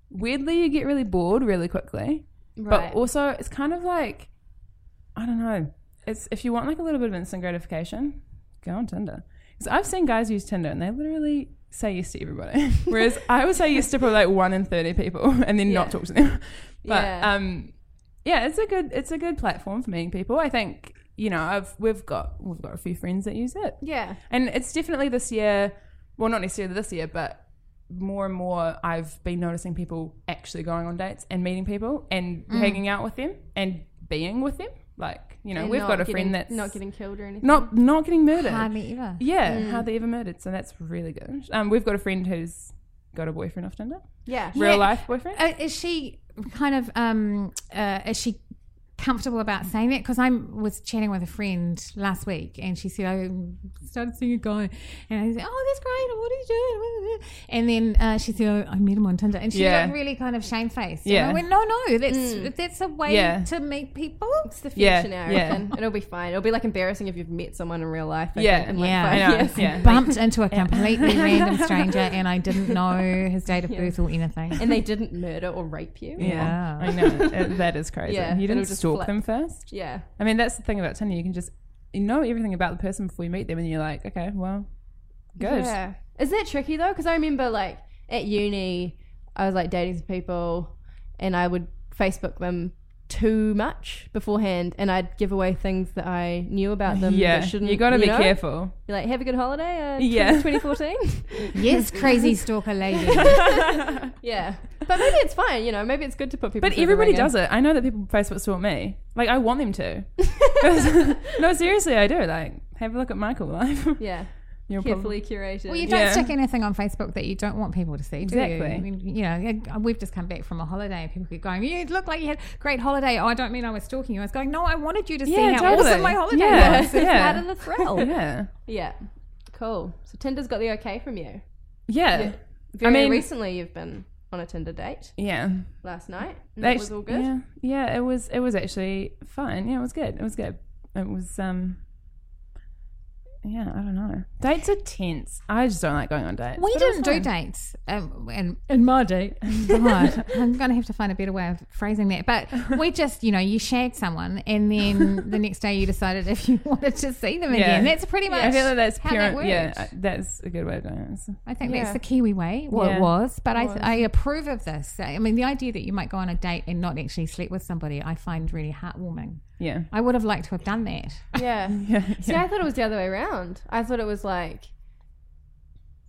Speaker 5: weirdly you get really bored really quickly,
Speaker 3: Right.
Speaker 5: but also it's kind of like I don't know. It's if you want like a little bit of instant gratification, go on Tinder. Because I've seen guys use Tinder and they literally say yes to everybody, whereas I would say yes to probably like one in thirty people and then
Speaker 3: Yeah.
Speaker 5: not talk to them. But
Speaker 3: Yeah.
Speaker 5: um, yeah, it's a good it's a good platform for meeting people. I think you know I've we've got we've got a few friends that use it.
Speaker 3: yeah.
Speaker 5: And it's definitely this year, well, not necessarily this year, but more and more I've been noticing people actually going on dates and meeting people and
Speaker 3: Mm.
Speaker 5: hanging out with them and being with them. Like, you know,
Speaker 3: And
Speaker 5: we've
Speaker 3: not
Speaker 5: got a
Speaker 3: getting-
Speaker 5: friend that's
Speaker 3: not getting Mm. killed or anything.
Speaker 5: not, not getting murdered.
Speaker 4: Hardly ever.
Speaker 5: yeah, hardly ever murdered. So that's really good. Um, we've got a friend who's got a boyfriend off Tinder,
Speaker 3: Yeah.
Speaker 5: real life boyfriend.
Speaker 4: Uh, is she kind of um uh, is she comfortable about saying that because i was chatting with a friend last week and she said i started seeing a guy and i said oh that's great what are you doing and then uh, she said oh, i met him on tinder and she
Speaker 5: Yeah.
Speaker 4: got really kind of shamefaced and
Speaker 5: Yeah.
Speaker 4: i went no no that's that's a way
Speaker 5: Yeah.
Speaker 4: to meet people
Speaker 3: It's the
Speaker 5: Yeah,
Speaker 3: future now. I
Speaker 5: yeah.
Speaker 3: reckon. It'll be fine. It'll be like embarrassing if you've met someone in real life. I
Speaker 5: Yeah,
Speaker 3: think, in, like,
Speaker 4: yeah, I
Speaker 3: five
Speaker 5: know.
Speaker 3: years.
Speaker 5: Yeah.
Speaker 4: bumped into a completely random stranger and i didn't know his date of birth or anything
Speaker 3: And they didn't murder or rape you.
Speaker 4: Yeah.
Speaker 5: I know. it- that is crazy.
Speaker 3: Yeah,
Speaker 5: you
Speaker 3: it'll
Speaker 5: didn't
Speaker 3: just
Speaker 5: stalk
Speaker 3: flip.
Speaker 5: them first.
Speaker 3: Yeah.
Speaker 5: I mean, that's the thing about Tinder. You can just you know everything about the person before you meet them, and you're like, okay, well, good.
Speaker 3: Yeah. Is that tricky though? Because I remember like at uni, I was like dating some people, and I would Facebook them too much beforehand, and I'd give away things that I knew about them.
Speaker 5: Yeah,
Speaker 3: that shouldn't,
Speaker 5: you got to be
Speaker 3: know?
Speaker 5: careful.
Speaker 3: You're like, have a good holiday. Uh,
Speaker 5: Yeah.
Speaker 3: 2014.
Speaker 4: yes crazy stalker lady
Speaker 3: yeah. But maybe it's fine. You know, maybe it's good to put people.
Speaker 5: But everybody does it. I know that people Facebook stalk me. Like I want them to. no, seriously, I do. Like have a look at Michael life.
Speaker 3: Yeah.
Speaker 5: You're
Speaker 3: Carefully curated.
Speaker 4: Well, you don't
Speaker 5: Yeah.
Speaker 4: stick anything on Facebook that you don't want people to see, do
Speaker 5: Exactly.
Speaker 4: you? I mean, you know, we've just come back from a holiday and people keep going, you look like you had a great holiday. Oh, I don't mean I was stalking you. I was going, no, I wanted you to see
Speaker 5: Yeah,
Speaker 4: how
Speaker 5: totally.
Speaker 4: awesome my holiday
Speaker 5: Yeah,
Speaker 4: was.
Speaker 5: yeah.
Speaker 4: It's part of the thrill.
Speaker 5: yeah,
Speaker 3: Yeah. Cool. So Tinder's got the okay from you.
Speaker 5: yeah,
Speaker 3: Very
Speaker 5: mean-
Speaker 3: recently you've been on a Tinder date
Speaker 5: yeah.
Speaker 3: last night. And
Speaker 5: That
Speaker 3: that was all good.
Speaker 5: Yeah, yeah. It was. It was actually fun. Yeah, it was good. It was good. It was. um Yeah, I don't know. Dates are tense. I just don't like going on dates.
Speaker 4: We
Speaker 5: but it was
Speaker 4: didn't do
Speaker 5: fun.
Speaker 4: dates, um, and in my day, God, I'm going to have to find a better way of phrasing that. But we just, you know, you shagged someone, and then the next day you decided if you wanted to see them
Speaker 5: Yeah.
Speaker 4: again. That's pretty much.
Speaker 5: I feel like that's
Speaker 4: how that
Speaker 5: parent.
Speaker 4: works.
Speaker 5: yeah, I- that's a good way of doing it. So-
Speaker 4: I think
Speaker 5: Yeah.
Speaker 4: that's the Kiwi way. Well,
Speaker 5: Yeah.
Speaker 4: it was, but I, I approve of this. I mean, the idea that you might go on a date and not actually sleep with somebody, I find really heartwarming.
Speaker 5: Yeah.
Speaker 4: I would have liked to have done that.
Speaker 3: Yeah.
Speaker 5: Yeah.
Speaker 3: See, I thought it was the other way around. I thought it was like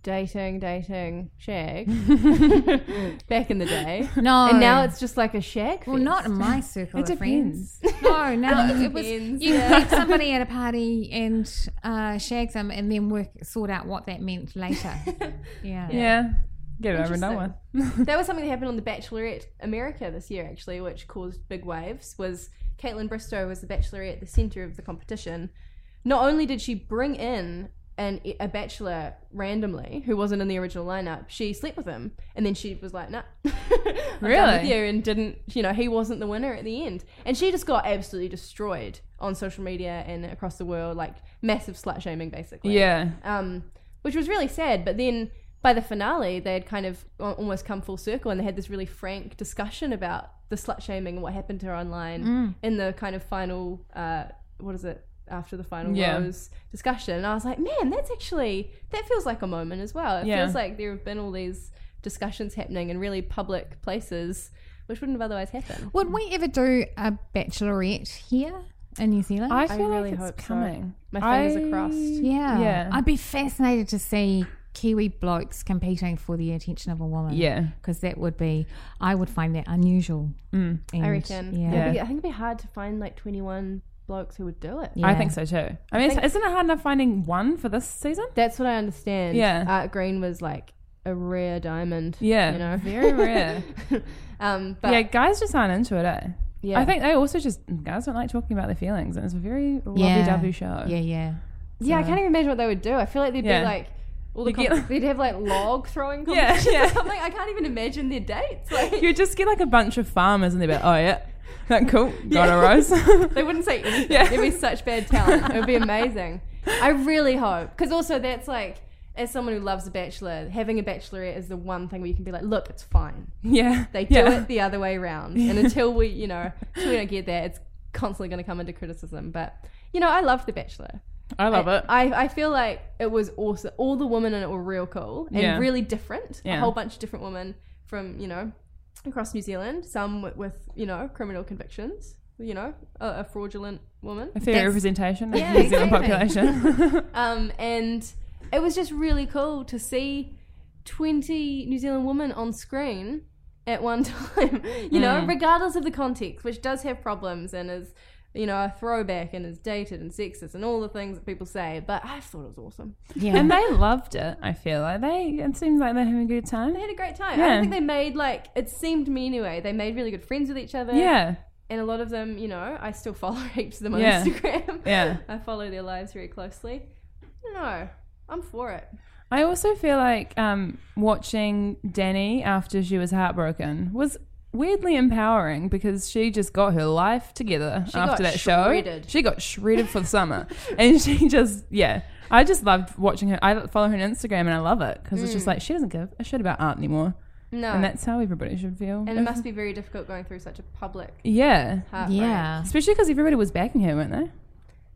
Speaker 3: dating, dating, shag back in the day.
Speaker 4: No,
Speaker 3: And now it's just like a shag.
Speaker 4: well,
Speaker 3: fest.
Speaker 4: not in my circle
Speaker 5: It
Speaker 4: of friends.
Speaker 5: depends.
Speaker 4: No, no, it was
Speaker 3: depends,
Speaker 4: you
Speaker 3: yeah.
Speaker 4: meet somebody at a party and uh, shag them, and then work sort out what that meant later. Yeah,
Speaker 5: Yeah. Get it over and done with.
Speaker 3: That was something that happened on The Bachelorette America this year, actually, which caused big waves. Was Caitlin Bristow was the Bachelorette at the center of the competition. Not only did she bring in an, e, a bachelor randomly who wasn't in the original lineup, she slept with him, and then she was like, "Nah, I'm done
Speaker 5: Really?
Speaker 3: with you," and didn't. You know, he wasn't the winner at the end, and she just got absolutely destroyed on social media and across the world, like massive slut shaming, basically
Speaker 5: Yeah.
Speaker 3: um, which was really sad. But then by the finale, they had kind of al- almost come full circle, and they had this really frank discussion about the slut shaming and what happened to her online
Speaker 5: Mm.
Speaker 3: in the kind of final. Uh, what is it? After the final
Speaker 5: Yeah.
Speaker 3: rose discussion, and I was like, man, that's actually that feels like a moment as well. It
Speaker 5: Yeah.
Speaker 3: feels like there have been all these discussions happening in really public places, which wouldn't have otherwise happened.
Speaker 4: Would we ever do a bachelorette here? in New Zealand?
Speaker 5: I feel
Speaker 3: really
Speaker 5: like it's
Speaker 3: hope so.
Speaker 5: coming.
Speaker 3: My fingers are
Speaker 5: I-
Speaker 3: crossed.
Speaker 4: yeah.
Speaker 5: Yeah.
Speaker 4: I'd be fascinated to see Kiwi blokes competing for the attention of a woman.
Speaker 5: Yeah.
Speaker 4: Because that would be, I would find that unusual. And,
Speaker 3: I reckon.
Speaker 4: Yeah.
Speaker 3: It'd
Speaker 5: Mm. Yeah.
Speaker 3: be- I think it'd be hard to find like 21 blokes who would do it.
Speaker 5: I
Speaker 4: Yeah.
Speaker 5: think so too. I mean, isn't it hard enough finding one for this season?
Speaker 3: That's what I understand.
Speaker 5: Yeah.
Speaker 3: Art Green was like a rare diamond.
Speaker 5: Yeah,
Speaker 3: You know?
Speaker 5: very rare.
Speaker 3: um,
Speaker 5: yeah,
Speaker 3: but
Speaker 5: guys just aren't into it, eh?
Speaker 3: Yeah.
Speaker 5: I think they also just guys don't like talking about their feelings, and it's a very
Speaker 4: Yeah.
Speaker 5: lovey-dovey show.
Speaker 4: Yeah, yeah.
Speaker 3: yeah, I can't even imagine what they would do. I feel like they'd
Speaker 5: Yeah.
Speaker 3: be like, all the
Speaker 5: You get-
Speaker 3: comp- they'd have like log throwing
Speaker 5: Yeah,
Speaker 3: competitions
Speaker 5: yeah.
Speaker 3: or something. I can't even imagine their dates. Like,
Speaker 5: You just get like a bunch of farmers, and they're like, "Oh yeah, that cool, got a rose."
Speaker 3: They wouldn't say anything.
Speaker 5: Yeah.
Speaker 3: It'd be such bad talent. It would be amazing. I really hope. Because also, that's like, as someone who loves a bachelor, having a bachelorette is the one thing where you can be like, look, it's fine.
Speaker 5: yeah,
Speaker 3: They do
Speaker 5: yeah.
Speaker 3: it the other way around. And until we, you know, until we don't get that, it's constantly going to come into criticism. But, you know, I love The Bachelor.
Speaker 5: I love it.
Speaker 3: I, I feel like it was awesome. All the women in it were real cool and
Speaker 5: Yeah.
Speaker 3: really different. A
Speaker 5: Yeah.
Speaker 3: whole bunch of different women from, you know, across New Zealand, some with, with you know, criminal convictions, you know, a, a fraudulent woman.
Speaker 5: a fair
Speaker 4: That's-
Speaker 5: representation of
Speaker 3: Yeah,
Speaker 5: the New Zealand
Speaker 3: exactly.
Speaker 5: population.
Speaker 3: Um, and it was just really cool to see 20 New Zealand women on screen at one time, you know,
Speaker 5: Mm.
Speaker 3: regardless of the context, which does have problems and is, you know, a throwback and is dated and sexist and all the things that people say. But I thought it was awesome.
Speaker 4: Yeah.
Speaker 5: and they loved it. I feel like they. It seems like they're having a good time.
Speaker 3: They had a great time. I
Speaker 5: Yeah.
Speaker 3: don't think they made like it seemed to me anyway. They made really good friends with each other.
Speaker 5: Yeah,
Speaker 3: And a lot of them, you know, I still follow heaps of them on
Speaker 5: Yeah.
Speaker 3: Instagram.
Speaker 5: yeah.
Speaker 3: I follow their lives very closely. No, I'm for it.
Speaker 5: I also feel like um, watching Danny after she was heartbroken was weirdly empowering because she just got her life together
Speaker 3: got
Speaker 5: after that show.
Speaker 3: shredded.
Speaker 5: She got shredded for the summer, and she just yeah. I just loved watching her. I follow her on Instagram and I love it because it's
Speaker 3: Mm.
Speaker 5: just like she doesn't give a shit about art anymore,
Speaker 3: No.
Speaker 5: and that's how everybody should feel.
Speaker 3: Oh. And it must be very difficult going through such a public
Speaker 5: Mm-hmm. yeah,
Speaker 3: heartbreak.
Speaker 4: yeah.
Speaker 5: especially because everybody was backing her, weren't they?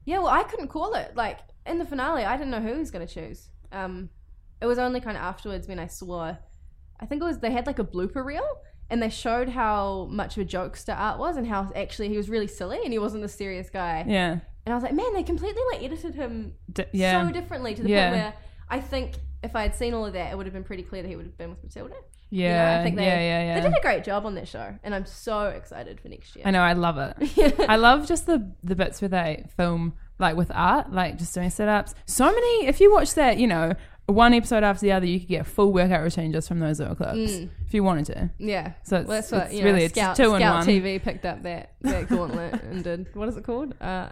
Speaker 3: Yeah, well, I couldn't call it. Like, in the finale, I didn't know who was going to choose. Um, it was only kind of afterwards when I saw, I think it was, they had like a blooper reel and they showed how much of a jokester Art was and how actually he was really silly and he wasn't the serious guy.
Speaker 5: Yeah,
Speaker 3: And I was like, man, they completely like edited him
Speaker 5: D- yeah.
Speaker 3: so differently to the
Speaker 5: Yeah.
Speaker 3: point where I think if I had seen all of that, it would have been pretty clear that he would have been with Matilda. You know,
Speaker 5: yeah,
Speaker 3: I think they,
Speaker 5: yeah, yeah, yeah.
Speaker 3: They did a great job on that show, and I'm so excited for next year.
Speaker 5: I know, I love it. I love just the the bits where they film like with art, like just doing setups. So many. If you watch that, you know, one episode after the other, you could get a full workout routine just from those little clips if you wanted to.
Speaker 3: Yeah.
Speaker 5: So it's-
Speaker 3: Well, that's what,
Speaker 5: it's
Speaker 3: you
Speaker 5: really-
Speaker 3: know,
Speaker 5: it's
Speaker 3: Scout,
Speaker 5: two in
Speaker 3: Scout
Speaker 5: one.
Speaker 3: TV picked up that, that gauntlet and did, what is it called? Uh,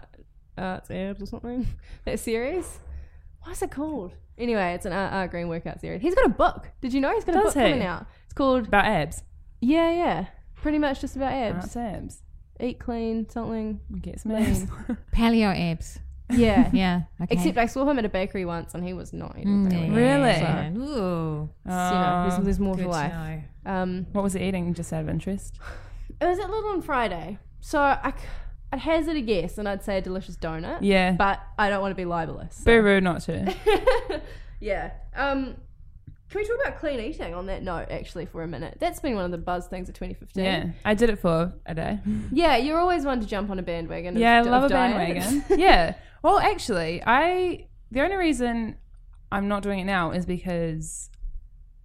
Speaker 3: Arts Abs or something? That series? What is it called? Anyway, it's an R, R Green workout series. He's got a book. Did you know he's got a
Speaker 5: Does
Speaker 3: book
Speaker 5: he?
Speaker 3: coming out? It's called,
Speaker 5: About abs,
Speaker 3: yeah, yeah. Pretty much just about abs.
Speaker 5: arts abs.
Speaker 3: Eat clean, something.
Speaker 5: Get some abs.
Speaker 4: Paleo abs.
Speaker 3: Yeah.
Speaker 4: Yeah. Okay.
Speaker 3: Except I saw him at a bakery once and he was not
Speaker 5: Mm.
Speaker 3: eating
Speaker 4: Yeah.
Speaker 3: paleo.
Speaker 5: Really? Oh,
Speaker 4: Ooh.
Speaker 3: It's, you know, there's, there's more
Speaker 4: Good
Speaker 3: to
Speaker 4: to
Speaker 3: life.
Speaker 4: know.
Speaker 3: Um,
Speaker 5: What was it eating? Just out of interest.
Speaker 3: It was at Little on Friday, so I, c- I'd hazard a guess and I'd say a delicious donut.
Speaker 5: Yeah.
Speaker 3: but I don't want to be libelous.
Speaker 5: Boo rude not to.
Speaker 3: Yeah. Um, can we talk about clean eating on that note, actually, for a minute? That's been one of the buzz things of 2015.
Speaker 5: Yeah, I did it for a day.
Speaker 3: Yeah, you're always one to jump on a bandwagon. of-
Speaker 5: Yeah, I
Speaker 3: of
Speaker 5: love a
Speaker 3: diets.
Speaker 5: bandwagon. yeah. Well, actually, I the only reason I'm not doing it now is because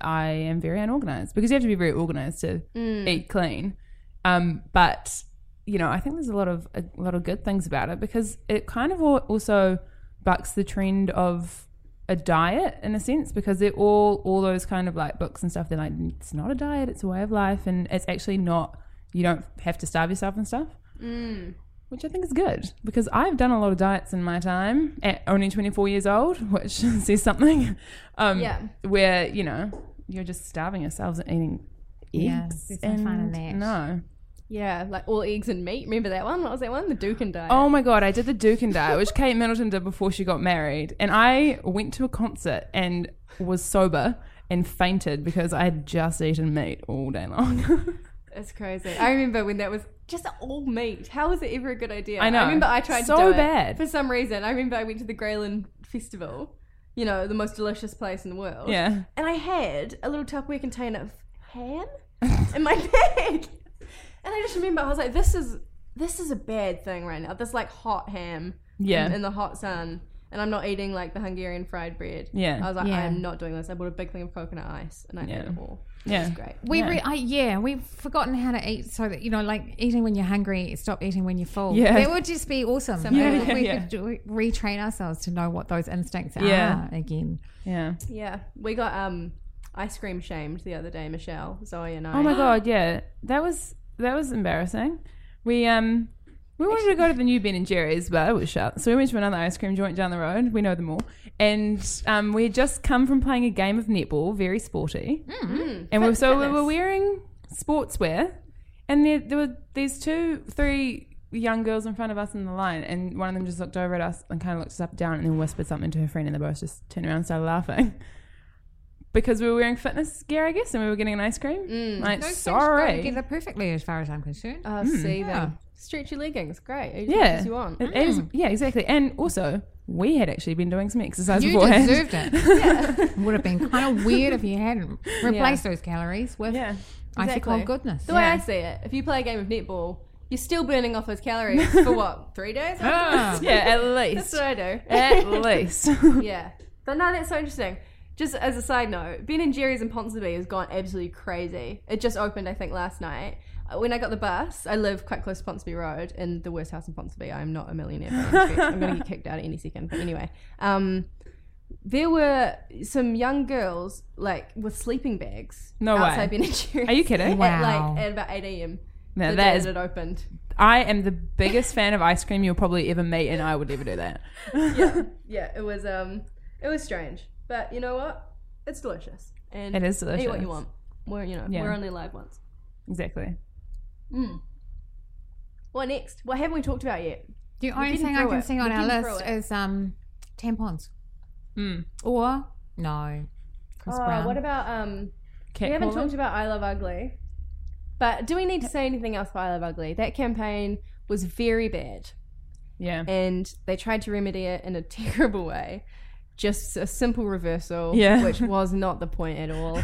Speaker 5: I am very unorganized. Because you have to be very organized to
Speaker 3: Mm.
Speaker 5: eat clean. Um, but you know, I think there's a lot of a lot of good things about it because it kind of al- also bucks the trend of a diet in a sense because they're all all those kind of like books and stuff. They're like it's not a diet; it's a way of life, and it's actually not. You don't have to starve yourself and stuff which I think is good because I've done a lot of diets in my time at only 24 years old, which says something. Um,
Speaker 3: Yeah.
Speaker 5: Where, you know, you're just starving yourselves and eating
Speaker 4: Yeah,
Speaker 5: eggs.
Speaker 4: there's no fun in that.
Speaker 5: No.
Speaker 3: Yeah, like all eggs and meat. Remember that one? What was that one? The Dukin diet.
Speaker 5: Oh my God, I did the Dukin diet, which Kate Middleton did before she got married. And I went to a concert and was sober and fainted because I had just eaten meat all day long.
Speaker 3: it's crazy. I remember when that was just all meat. How was it ever a good idea?
Speaker 5: I know.
Speaker 3: I remember I tried
Speaker 5: So
Speaker 3: to do it
Speaker 5: bad.
Speaker 3: for some reason. I remember I went to the Greyland Festival. You know, the most delicious place in the world.
Speaker 5: yeah.
Speaker 3: And I had a little Tupperware container of ham in my bag. And I just remember I was like, this is this is a bad thing right now. This like hot ham
Speaker 5: Yeah.
Speaker 3: in, in the hot sun, and I'm not eating like the Hungarian fried bread.
Speaker 5: Yeah.
Speaker 3: I was like,
Speaker 4: Yeah.
Speaker 3: I'm not doing this. I bought a big thing of coconut ice, and I
Speaker 5: Yeah.
Speaker 3: ate it all.
Speaker 5: yeah.
Speaker 3: Great.
Speaker 4: We
Speaker 5: Yeah.
Speaker 4: re- I, yeah, we've forgotten how to eat so that you know, like eating when you're hungry, stop eating when you're full.
Speaker 5: Yeah.
Speaker 4: that would just be awesome.
Speaker 3: Yeah,
Speaker 4: If we
Speaker 5: yeah,
Speaker 4: could do, retrain ourselves to know what those instincts are
Speaker 5: Yeah.
Speaker 4: again.
Speaker 5: Yeah.
Speaker 3: Yeah, we got um ice cream shamed the other day. Michelle, Zoe, and I.
Speaker 5: Oh my god, yeah. That was that was embarrassing. We um we wanted to go to the new Ben and Jerry's, but it was shut. So we went to another ice cream joint down the road. We know them all, and um, we had just come from playing a game of netball, very sporty, and we, so we were wearing sportswear. And there, there were these two, three young girls in front of us in the line, and one of them just looked over at us and kind of looked us up and down, and then whispered something to her friend, and they both just turned around and started laughing because we were wearing fitness gear, I guess, and we were getting an ice cream.
Speaker 3: Mm.
Speaker 5: Like,
Speaker 4: Those
Speaker 5: sorry,
Speaker 4: things go together perfectly, as far as I'm concerned.
Speaker 3: Oh, see
Speaker 4: Yeah.
Speaker 3: them. Stretchy leggings, great. As much
Speaker 5: Mm. yeah,
Speaker 3: as you want. Mm.
Speaker 5: It is- yeah, exactly. And also, we had actually been doing some exercise
Speaker 4: you
Speaker 5: beforehand.
Speaker 4: deserved it. Would have been kind of weird if you hadn't replaced those calories with
Speaker 5: yeah,
Speaker 4: icy
Speaker 3: Exactly.
Speaker 5: Oh,
Speaker 4: cold goodness.
Speaker 3: The way I see it, if you play a game of netball, you're still burning off those calories for what three days?
Speaker 4: Ah.
Speaker 5: yeah, at
Speaker 3: That's
Speaker 5: least,
Speaker 3: what I do.
Speaker 5: at least.
Speaker 3: yeah, but no, that's so interesting. Just as a side note, Ben and Jerry's in Ponsonby has gone absolutely crazy. It just opened, I think, last night. Uh, When I got the bus, I live quite close to Ponsonby Road in the worst house in Ponsonby. I'm not a millionaire. by any stretch. I'm going to get kicked out at any second. But anyway, um, there were some young girls like with sleeping bags
Speaker 5: No way.
Speaker 3: outside Ben and Jerry's.
Speaker 5: Are you kidding?
Speaker 4: Wow.
Speaker 3: At like at about eight a.m.
Speaker 5: Now
Speaker 3: the
Speaker 5: that
Speaker 3: day
Speaker 5: is-
Speaker 3: it opened.
Speaker 5: I am the biggest fan of ice cream you'll probably ever meet, and I would never do that.
Speaker 3: yeah, it was um, it was strange, but you know what? It's delicious, and
Speaker 5: It is delicious.
Speaker 3: Eat what you want. We're you know
Speaker 5: Yeah.
Speaker 3: we're only alive once.
Speaker 5: Exactly.
Speaker 3: What next? What haven't we talked about yet?
Speaker 4: the only
Speaker 3: didn't
Speaker 4: thing I
Speaker 3: grow
Speaker 4: can
Speaker 3: it.
Speaker 4: see
Speaker 3: We
Speaker 4: on our
Speaker 3: didn't grow
Speaker 4: list
Speaker 3: it. Hmm.
Speaker 4: is um, tampons
Speaker 5: Mm.
Speaker 4: or no, Chris Brown.
Speaker 3: Uh, Oh, what about um?
Speaker 5: Cat
Speaker 3: we haven't
Speaker 5: calling?
Speaker 3: talked about I Love Ugly, but do we need to say anything else about I Love Ugly? That campaign was very bad,
Speaker 5: Yeah.
Speaker 3: and they tried to remedy it in a terrible way. Just a simple reversal,
Speaker 5: Yeah.
Speaker 3: which was not the point at all.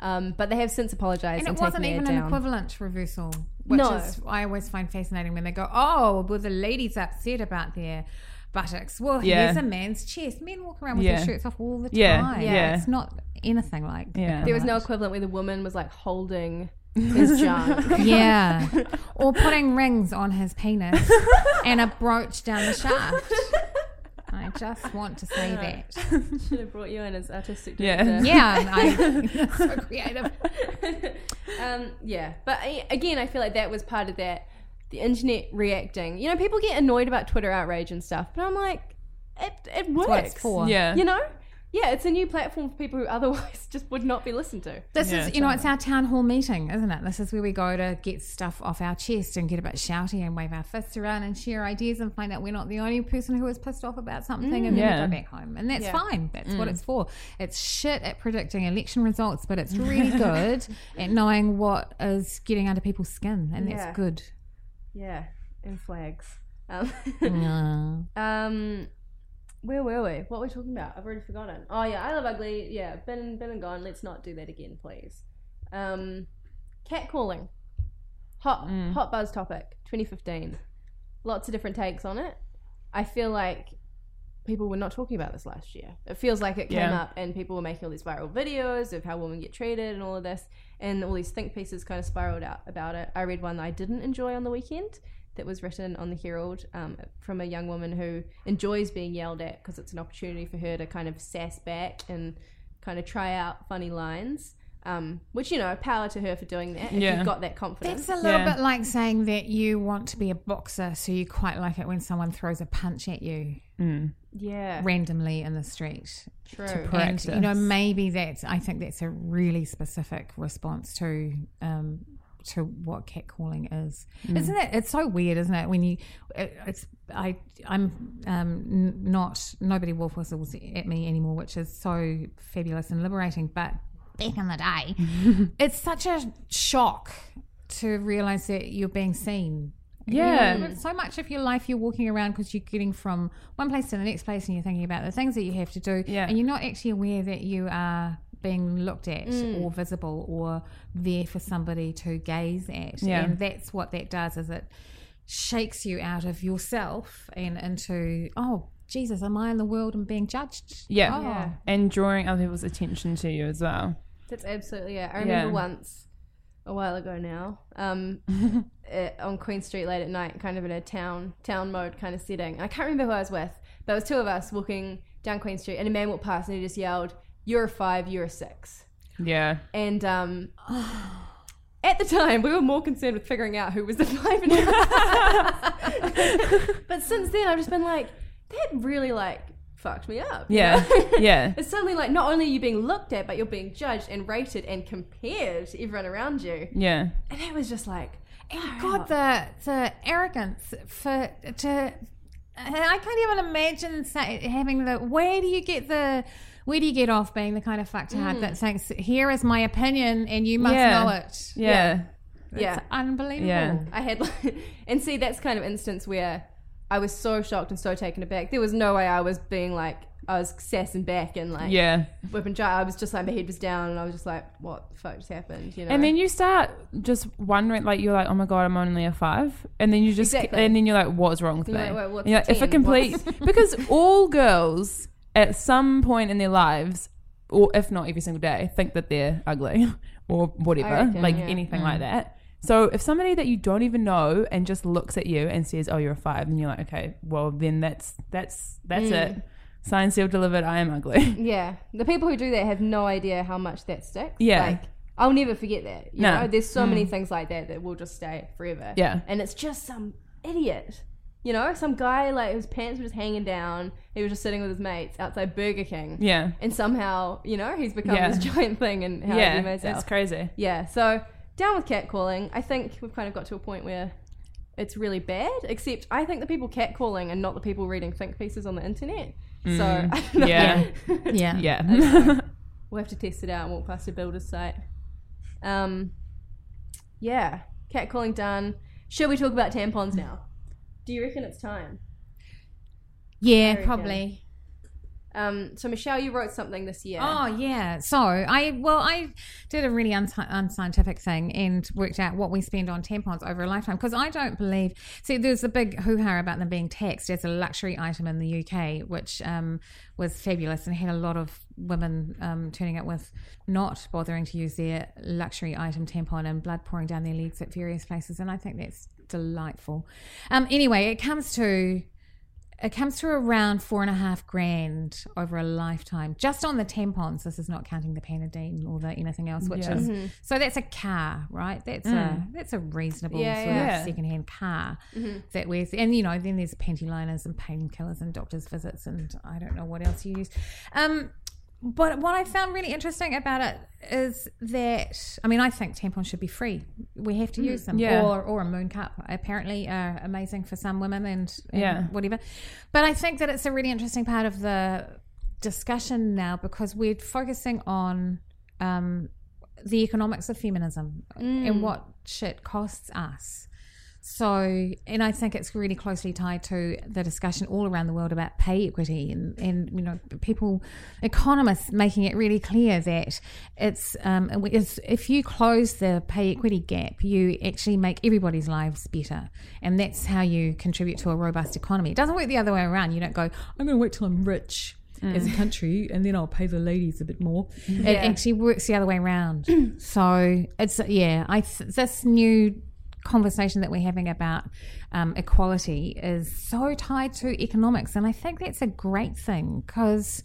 Speaker 3: Um, but they have since apologized
Speaker 4: and
Speaker 3: and,
Speaker 4: it
Speaker 3: taken
Speaker 4: wasn't even
Speaker 3: down.
Speaker 4: an equivalent reversal, which
Speaker 3: No.
Speaker 4: is I always find fascinating when they go, "Oh, well, the lady's upset about their buttocks." Well,
Speaker 5: Yeah.
Speaker 4: here's a man's chest. Men walk around with
Speaker 5: Yeah.
Speaker 4: their shirts off all the time.
Speaker 5: Yeah, yeah.
Speaker 4: yeah. it's not anything like.
Speaker 5: Yeah.
Speaker 3: There was no equivalent where the woman was like holding his junk.
Speaker 4: yeah, or putting rings on his penis and a brooch down the shaft. I just want to say that.
Speaker 3: Should have brought you in as artistic
Speaker 5: Yeah.
Speaker 3: director.
Speaker 4: Yeah, I, so creative.
Speaker 3: Um, yeah. But I, again, I feel like that was part of that. The internet reacting. You know, people get annoyed about Twitter outrage and stuff, but I'm like, it, it works.
Speaker 4: what it's for.
Speaker 5: Yeah.
Speaker 3: You know? Yeah, it's a new platform for people who otherwise just would not be listened to.
Speaker 4: This
Speaker 5: Yeah,
Speaker 4: is, you know, it's our town hall meeting, isn't it? This is where we go to get stuff off our chest and get a bit shouty and wave our fists around and share ideas and find out we're not the only person who is pissed off about something and then
Speaker 5: Mm. Yeah. Mm.
Speaker 4: we go back home. And that's fine. That's what it's for. It's shit at predicting election results, but it's really good at knowing what is getting under people's skin. And that's
Speaker 3: Yeah.
Speaker 4: good.
Speaker 3: Yeah, and flags.
Speaker 4: Mm.
Speaker 3: Um, where were we? What were we talking about? I've already forgotten. Oh yeah, I love ugly. Yeah, been been and gone. Let's not do that again, please. Um, catcalling, hot hot buzz topic, 2015. Lots of different takes on it. I feel like people were not talking about this last year. It feels like it came
Speaker 5: Yeah.
Speaker 3: up and people were making all these viral videos of how women get treated and all of this, and all these think pieces kind of spiraled out about it. I read one that I didn't enjoy on the weekend that was written on the Herald um, from a young woman who enjoys being yelled at because it's an opportunity for her to kind of sass back and kind of try out funny lines. Um, which you know, power to her for doing that. If
Speaker 5: Yeah.
Speaker 3: you've got that confidence,
Speaker 4: That's a little
Speaker 5: Yeah.
Speaker 4: bit like saying that you want to be a boxer, so you quite like it when someone throws a punch at you
Speaker 3: yeah,
Speaker 4: randomly in the street.
Speaker 3: true.
Speaker 4: And, you know,
Speaker 5: practice.
Speaker 4: maybe that's. I think that's a really specific response to um, to what catcalling is. Isn't it? It's so weird, isn't it? When you, it, it's I I'm um, n- not nobody wolf whistles at me anymore, which is so fabulous and liberating. But back in the day, it's such a shock to realize that you're being seen
Speaker 5: Yeah.
Speaker 4: Mm. So much of your life you're walking around because you're getting from one place to the next place and you're thinking about the things that you have to do.
Speaker 5: Yeah.
Speaker 4: And you're not actually aware that you are being looked at
Speaker 5: Mm.
Speaker 4: or visible or there for somebody to gaze at.
Speaker 5: Yeah.
Speaker 4: And that's what that does is it shakes you out of yourself and into oh Jesus, am I in the world and being judged?
Speaker 5: Yeah.
Speaker 4: Oh.
Speaker 3: Yeah.
Speaker 5: And drawing other people's attention to you as well.
Speaker 3: That's absolutely it. I remember
Speaker 5: Yeah.
Speaker 3: once, a while ago now, um, uh on Queen Street late at night, kind of in a town town mode kind of setting. I can't remember who I was with, but it was two of us walking down Queen Street, and a man walked past and he just yelled, "You're a five, you're a six.
Speaker 5: Yeah.
Speaker 3: And um, at the time, we were more concerned with figuring out who was the five and who was the six. but since then, I've just been like, that really like fucked me up. you
Speaker 5: Yeah.
Speaker 3: know?
Speaker 5: yeah.
Speaker 3: It's suddenly like not only are you being looked at, but you're being judged and rated and compared to everyone around you.
Speaker 5: Yeah.
Speaker 3: And it was just like,
Speaker 4: And God, the the arrogance for to I can't even imagine say, having the where do you get the where do you get off being the kind of fucktard that thinks here is my opinion and you must
Speaker 5: Yeah.
Speaker 4: know it.
Speaker 5: Yeah.
Speaker 3: yeah.
Speaker 4: Unbelievable.
Speaker 5: Yeah.
Speaker 3: I had, like, and see, that's kind of instance where I was so shocked and so taken aback. There was no way I was being like, I was sassing back and like
Speaker 5: Yeah.
Speaker 3: whipping dry. I was just like, my head was down and I was just like, what the fuck just happened? You know?
Speaker 5: And then you start just wondering, like you're like, oh my god, I'm only a five, and then you just,
Speaker 3: Exactly.
Speaker 5: and then you're like, what's wrong with me?
Speaker 3: You're like, "Wait, what's
Speaker 5: You're like, if a
Speaker 3: 10?
Speaker 5: complete,
Speaker 3: What's-"
Speaker 5: because all girls at some point in their lives, or if not every single day, think that they're ugly or whatever,
Speaker 3: reckon,
Speaker 5: like
Speaker 3: yeah. Mm.
Speaker 5: anything like that. So if somebody that you don't even know and just looks at you and says, oh, you're a five, and you're like, okay, well then that's that's that's
Speaker 3: Mm.
Speaker 5: it. Science sealed delivered. I am ugly.
Speaker 3: Yeah, the people who do that have no idea how much that sticks.
Speaker 5: Yeah.
Speaker 3: like I'll never forget that. You
Speaker 5: No. Mm.
Speaker 3: know, there's so many things like that that will just stay forever.
Speaker 5: Yeah.
Speaker 3: and it's just some idiot. You know, some guy like his pants were just hanging down. He was just sitting with his mates outside Burger King.
Speaker 5: yeah.
Speaker 3: and somehow you know he's become
Speaker 5: Yeah.
Speaker 3: this giant thing. And how
Speaker 5: Yeah.
Speaker 3: he made
Speaker 5: It's crazy.
Speaker 3: yeah, so down with catcalling. I think we've kind of got to a point where it's really bad. Except I think the people catcalling are not the people reading think pieces on the internet. So I don't know.
Speaker 5: Yeah.
Speaker 4: Yeah.
Speaker 5: Yeah.
Speaker 3: We'll have to test it out and walk past a builder's site. Um, yeah, catcalling done. Shall we talk about tampons now? Do you reckon it's time?
Speaker 4: Yeah,
Speaker 3: reckon.
Speaker 4: probably.
Speaker 3: Um, so Michelle, you wrote something this year.
Speaker 4: Oh yeah. So I well I did a really unsci unscientific thing and worked out what we spend on tampons over a lifetime because I don't believe. See, there's a big hoo ha about them being taxed as a luxury item in the UK, which um, was fabulous and had a lot of women um, turning up with not bothering to use their luxury item tampon and blood pouring down their legs at various places, and I think that's delightful. Um, anyway, it comes to it comes to around four and a half grand over a lifetime, just on the tampons. This is not counting the Panadine or the anything else, which is
Speaker 5: Mm-hmm.
Speaker 4: so that's a car, right? That's a that's a reasonable
Speaker 3: Yeah,
Speaker 4: sort
Speaker 5: Mm. yeah. Mm-hmm.
Speaker 4: of secondhand car that wears, and you know, then there's panty liners and painkillers and doctors' visits and I don't know what else you use. Um, but what I found really interesting about it is that I mean I think tampons should be free. We have to use them,
Speaker 5: Mm-hmm. Yeah.
Speaker 4: or or a moon cup. Apparently, are amazing for some women and, and
Speaker 5: Yeah.
Speaker 4: whatever. But I think that it's a really interesting part of the discussion now because we're focusing on um, the economics of feminism and what shit costs us. So, and I think it's really closely tied to the discussion all around the world about pay equity and, and you know, people, economists making it really clear that it's, um, it's, if you close the pay equity gap, you actually make everybody's lives better. And that's how you contribute to a robust economy. It doesn't work the other way around. You don't go, I'm going to wait till I'm rich as a
Speaker 5: Mm.
Speaker 4: country and then I'll pay the ladies a bit more. It actually works the other way around. so it's, yeah, I, th- this new conversation that we're having about um, equality is so tied to economics. And I think that's a great thing because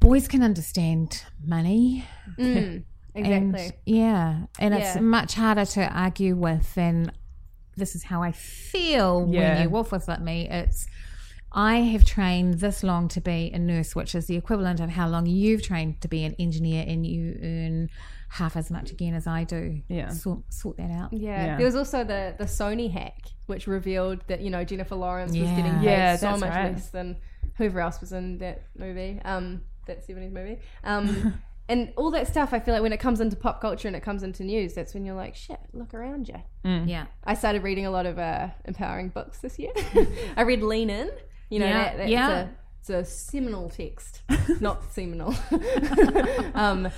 Speaker 4: boys can understand money. And
Speaker 3: exactly.
Speaker 4: yeah. And
Speaker 3: Yeah.
Speaker 4: it's much harder to argue with than this is how I feel
Speaker 5: Yeah.
Speaker 4: when you wolf whistle at me. It's I have trained this long to be a nurse, which is the equivalent of how long you've trained to be an engineer, and you earn half as much again as I do.
Speaker 5: Yeah.
Speaker 4: sort, sort that out.
Speaker 3: Yeah.
Speaker 5: Yeah.
Speaker 3: There was also the the Sony hack, which revealed that you know Jennifer Lawrence was
Speaker 4: Yeah.
Speaker 3: getting paid
Speaker 5: Yeah,
Speaker 3: so
Speaker 5: that's
Speaker 3: much
Speaker 5: right.
Speaker 3: less than whoever else was in that movie, um, that seventies movie, um, and all that stuff. I feel like when it comes into pop culture and it comes into news, that's when you're like, shit, look around you.
Speaker 4: Yeah.
Speaker 3: I started reading a lot of uh, empowering books this year. I read Lean In. You know,
Speaker 4: Yeah,
Speaker 3: that, that's
Speaker 4: yeah.
Speaker 3: a, it's a seminal text, not seminal. um,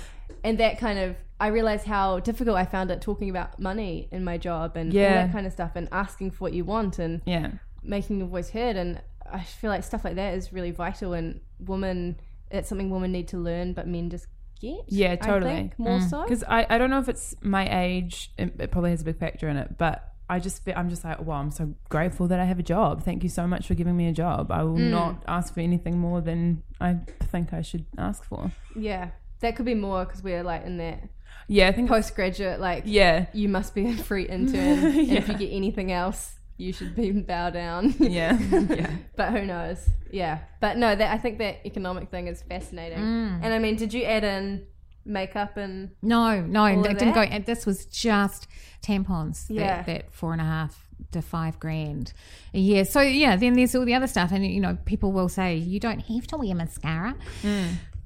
Speaker 3: and that kind of I realized how difficult I found it talking about money in my job and all
Speaker 5: Yeah.
Speaker 3: that kind of stuff and asking for what you want and
Speaker 5: Yeah.
Speaker 3: making your voice heard and I feel like stuff like that is really vital and women it's something women need to learn but men just get
Speaker 5: Yeah,
Speaker 3: I
Speaker 5: totally. Mm.
Speaker 3: think, more so
Speaker 5: because I, I don't know if it's my age it, it probably has a big factor in it but i just fe- i'm just like wow i'm so grateful that i have a job thank you so much for giving me a job i will
Speaker 3: Mm.
Speaker 5: not ask for anything more than i think i should ask for
Speaker 3: yeah that could be more because we're like in that
Speaker 5: yeah i think
Speaker 3: postgraduate like
Speaker 5: yeah
Speaker 3: you must be a free intern and if you get anything else you should be bow down
Speaker 5: yeah yeah
Speaker 3: but who knows yeah but no that i think that economic thing is fascinating and i mean did you add in makeup and
Speaker 4: No, no,
Speaker 3: of
Speaker 4: it didn't go.
Speaker 3: that?
Speaker 4: and This was just tampons.
Speaker 3: Yeah.
Speaker 4: That, that four and a half to five grand a year. So yeah, then there's all the other stuff, and you know, people will say you don't have to wear mascara,
Speaker 5: Mm.